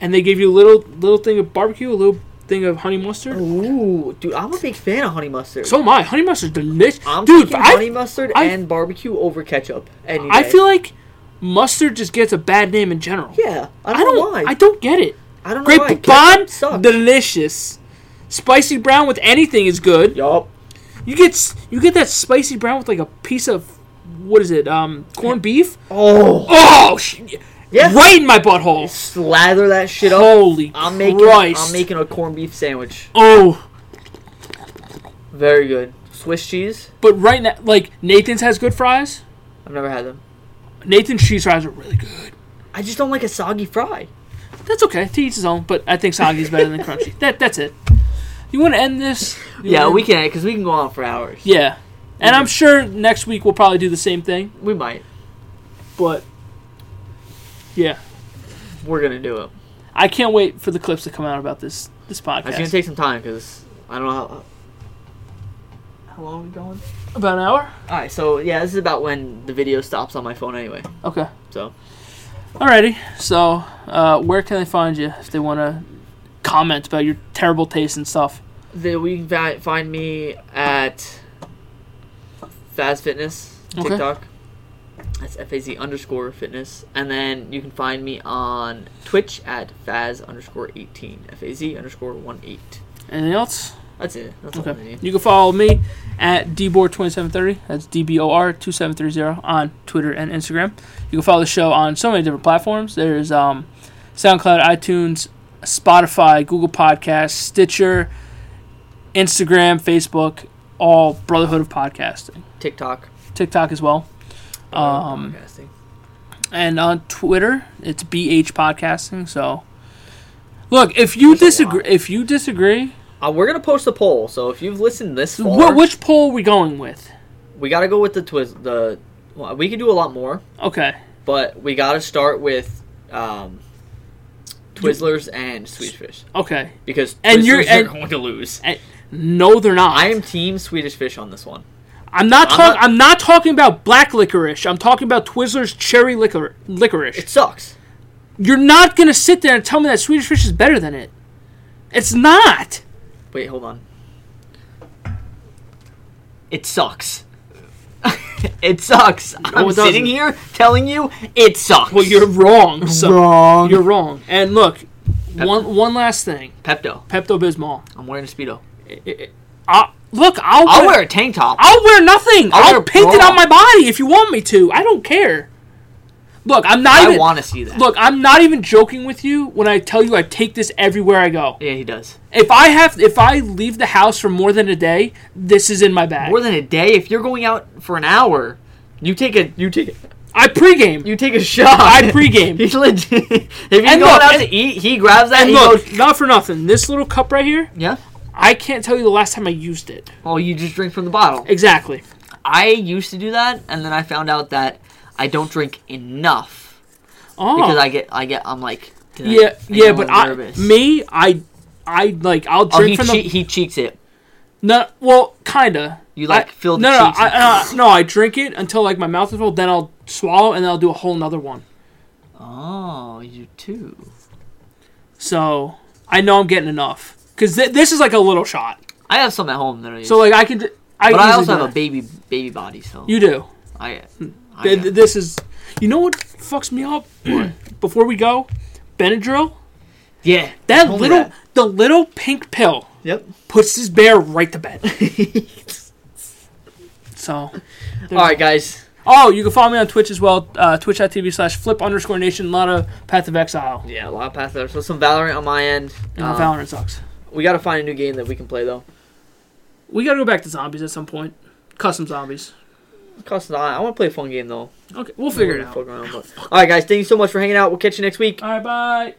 Speaker 2: And they give you a little little thing of barbecue, a little thing of honey
Speaker 1: Oh.
Speaker 2: mustard.
Speaker 1: Ooh, dude, I'm a big fan of honey mustard.
Speaker 2: So am I. Honey mustard's delicious.
Speaker 1: I'm
Speaker 2: Dude,
Speaker 1: picking
Speaker 2: I,
Speaker 1: honey mustard
Speaker 2: I-
Speaker 1: and barbecue over ketchup. Any
Speaker 2: I
Speaker 1: day.
Speaker 2: feel like mustard just gets a bad name in general.
Speaker 1: yeah. I don't,
Speaker 2: I
Speaker 1: know why.
Speaker 2: don't I don't get it.
Speaker 1: I don't know why.
Speaker 2: Grape
Speaker 1: Ketchup
Speaker 2: bond
Speaker 1: sucks.
Speaker 2: delicious. Spicy brown with anything is good.
Speaker 1: yup.
Speaker 2: You get s- you get that spicy brown with like a piece of what is it? Um, corned beef.
Speaker 1: Oh.
Speaker 2: Oh, sh-
Speaker 1: Yeah.
Speaker 2: right in my butthole.
Speaker 1: Slather that shit up.
Speaker 2: Holy
Speaker 1: I'm making.
Speaker 2: Christ!
Speaker 1: I'm making a corned beef sandwich.
Speaker 2: oh,
Speaker 1: Very good. Swiss cheese.
Speaker 2: but right now, like Nathan's has good fries.
Speaker 1: I've never had them.
Speaker 2: Nathan's cheese fries are really good.
Speaker 1: I just don't like a soggy fry.
Speaker 2: That's okay. To each his own. But I think soggy's better
Speaker 1: (laughs)
Speaker 2: than crunchy. That that's it. You want to end this? You
Speaker 1: Yeah,
Speaker 2: wanna-
Speaker 1: we can because we can go on for hours.
Speaker 2: Yeah, and I'm sure next week we'll probably do the same thing.
Speaker 1: We might.
Speaker 2: But yeah,
Speaker 1: We're gonna do it.
Speaker 2: I can't wait for the clips to come out about this
Speaker 1: It's
Speaker 2: this
Speaker 1: gonna
Speaker 2: podcast.
Speaker 1: take some time because I don't know how. How long are we going?
Speaker 2: about an hour.
Speaker 1: All right, so yeah, this is about when the video stops on my phone anyway.
Speaker 2: Okay.
Speaker 1: So
Speaker 2: Alrighty. So, uh, where can they find you if they want to comment about your terrible taste and stuff?
Speaker 1: the, we can fi- find me at Faz Fitness
Speaker 2: Okay.
Speaker 1: TikTok. That's F A Z underscore fitness, and then you can find me on Twitch at Faz underscore eighteen F A Z underscore one eight.
Speaker 2: Anything else?
Speaker 1: That's it. That's all I
Speaker 2: Okay.
Speaker 1: need.
Speaker 2: You can follow me at dbor2730. That's D B O R 2730 on Twitter and Instagram. You can follow the show on so many different platforms. There's um, SoundCloud, iTunes, Spotify, Google Podcasts, Stitcher, Instagram, Facebook, all Brotherhood of Podcasting.
Speaker 1: TikTok.
Speaker 2: TikTok as well.
Speaker 1: Oh,
Speaker 2: Um,
Speaker 1: podcasting.
Speaker 2: and on Twitter it's BH podcasting. So, look if you
Speaker 1: There's a lot.
Speaker 2: disagree, if you disagree,
Speaker 1: Uh, we're gonna post a poll, so if you've listened this far,
Speaker 2: what which poll are we going with?
Speaker 1: we gotta go with the twist. The well, we can do a lot more,
Speaker 2: Okay,
Speaker 1: but we gotta start with um, Twizzlers and Swedish Fish
Speaker 2: okay.
Speaker 1: because
Speaker 2: And
Speaker 1: Twizzlers
Speaker 2: you're- and-
Speaker 1: are going to lose.
Speaker 2: No, they're not.
Speaker 1: I am Team Swedish Fish on this one.
Speaker 2: I'm not
Speaker 1: I'm
Speaker 2: talking.
Speaker 1: not-
Speaker 2: I'm not talking about black licorice. I'm talking about Twizzlers cherry licor- licorice.
Speaker 1: It sucks.
Speaker 2: You're not gonna sit there and tell me that Swedish fish is better than it. It's not.
Speaker 1: Wait, hold on. It sucks. (laughs) it sucks. I'm
Speaker 2: it doesn't.
Speaker 1: sitting here telling you it sucks.
Speaker 2: Well, you're wrong. So
Speaker 1: wrong.
Speaker 2: You're wrong. And look, one one last thing.
Speaker 1: Pepto.
Speaker 2: Pepto Bismol.
Speaker 1: I'm wearing a speedo.
Speaker 2: Look, I'll
Speaker 1: I'll
Speaker 2: put-
Speaker 1: wear a tank top.
Speaker 2: I'll wear nothing.
Speaker 1: I'll
Speaker 2: I'll,
Speaker 1: wear a
Speaker 2: paint it
Speaker 1: bra.
Speaker 2: on my body if you want me to. I don't care. Look, I'm not
Speaker 1: I
Speaker 2: even.
Speaker 1: want to see that.
Speaker 2: Look, I'm not even joking with you when I tell you I take this everywhere I go.
Speaker 1: Yeah, he does.
Speaker 2: If I have, if I leave the house for more than a day, this is in my bag.
Speaker 1: More than a day. If you're going out for an hour, you take a you take
Speaker 2: I pregame.
Speaker 1: you take a shot.
Speaker 2: I pregame.
Speaker 1: (laughs) He's legit. If you're going
Speaker 2: And look,
Speaker 1: out
Speaker 2: and-
Speaker 1: to eat, he grabs that.
Speaker 2: And
Speaker 1: he
Speaker 2: look,
Speaker 1: goes,
Speaker 2: not for nothing. This little cup right here,
Speaker 1: yeah.
Speaker 2: I can't tell you the last time I used it.
Speaker 1: Oh, you just drink from the bottle.
Speaker 2: Exactly.
Speaker 1: I used to do that, and then I found out that I don't drink enough
Speaker 2: Oh.
Speaker 1: because I get I get I'm like tonight,
Speaker 2: yeah,
Speaker 1: I get
Speaker 2: yeah,
Speaker 1: a
Speaker 2: but
Speaker 1: little
Speaker 2: I,
Speaker 1: nervous.
Speaker 2: me, I, I like. I'll
Speaker 1: oh, he,
Speaker 2: drink from
Speaker 1: che-
Speaker 2: the
Speaker 1: he cheeks it.
Speaker 2: No, well, kinda.
Speaker 1: You, like,
Speaker 2: I,
Speaker 1: fill the
Speaker 2: no, no,
Speaker 1: cheeks
Speaker 2: I,
Speaker 1: and-
Speaker 2: uh, no. I drink it until like my mouth is full, then I'll swallow, and then I'll do a whole nother one.
Speaker 1: Oh, you too.
Speaker 2: So I know I'm getting enough because th- this is like a little shot.
Speaker 1: I have some at home that I use,
Speaker 2: So like I can. d- I
Speaker 1: but I
Speaker 2: easily
Speaker 1: also have
Speaker 2: do
Speaker 1: a
Speaker 2: that.
Speaker 1: baby baby body, so
Speaker 2: You do.
Speaker 1: I. I
Speaker 2: Th- th- This is. You know what fucks me up? (clears throat) Before we go, Benadryl.
Speaker 1: yeah,
Speaker 2: That
Speaker 1: Tell me
Speaker 2: little,
Speaker 1: that.
Speaker 2: the little pink pill
Speaker 1: Yep.
Speaker 2: puts this bear right to bed. (laughs)
Speaker 1: (laughs)
Speaker 2: so.
Speaker 1: All right, guys.
Speaker 2: Oh, you can follow me on Twitch as well, uh, twitch.tv slash flip underscore nation, a lot of Path of Exile.
Speaker 1: Yeah, a lot of paths there. So some Valorant on my end.
Speaker 2: And
Speaker 1: Um,
Speaker 2: Valorant sucks.
Speaker 1: We gotta find a new game that we can play though.
Speaker 2: We gotta go back to zombies at some point. Custom zombies.
Speaker 1: Cost not. I want to play a fun game though.
Speaker 2: Okay, we'll figure it out.
Speaker 1: Fuck around, but- All right, guys. Thank you so much for hanging out. We'll catch you next week.
Speaker 2: Alright, bye.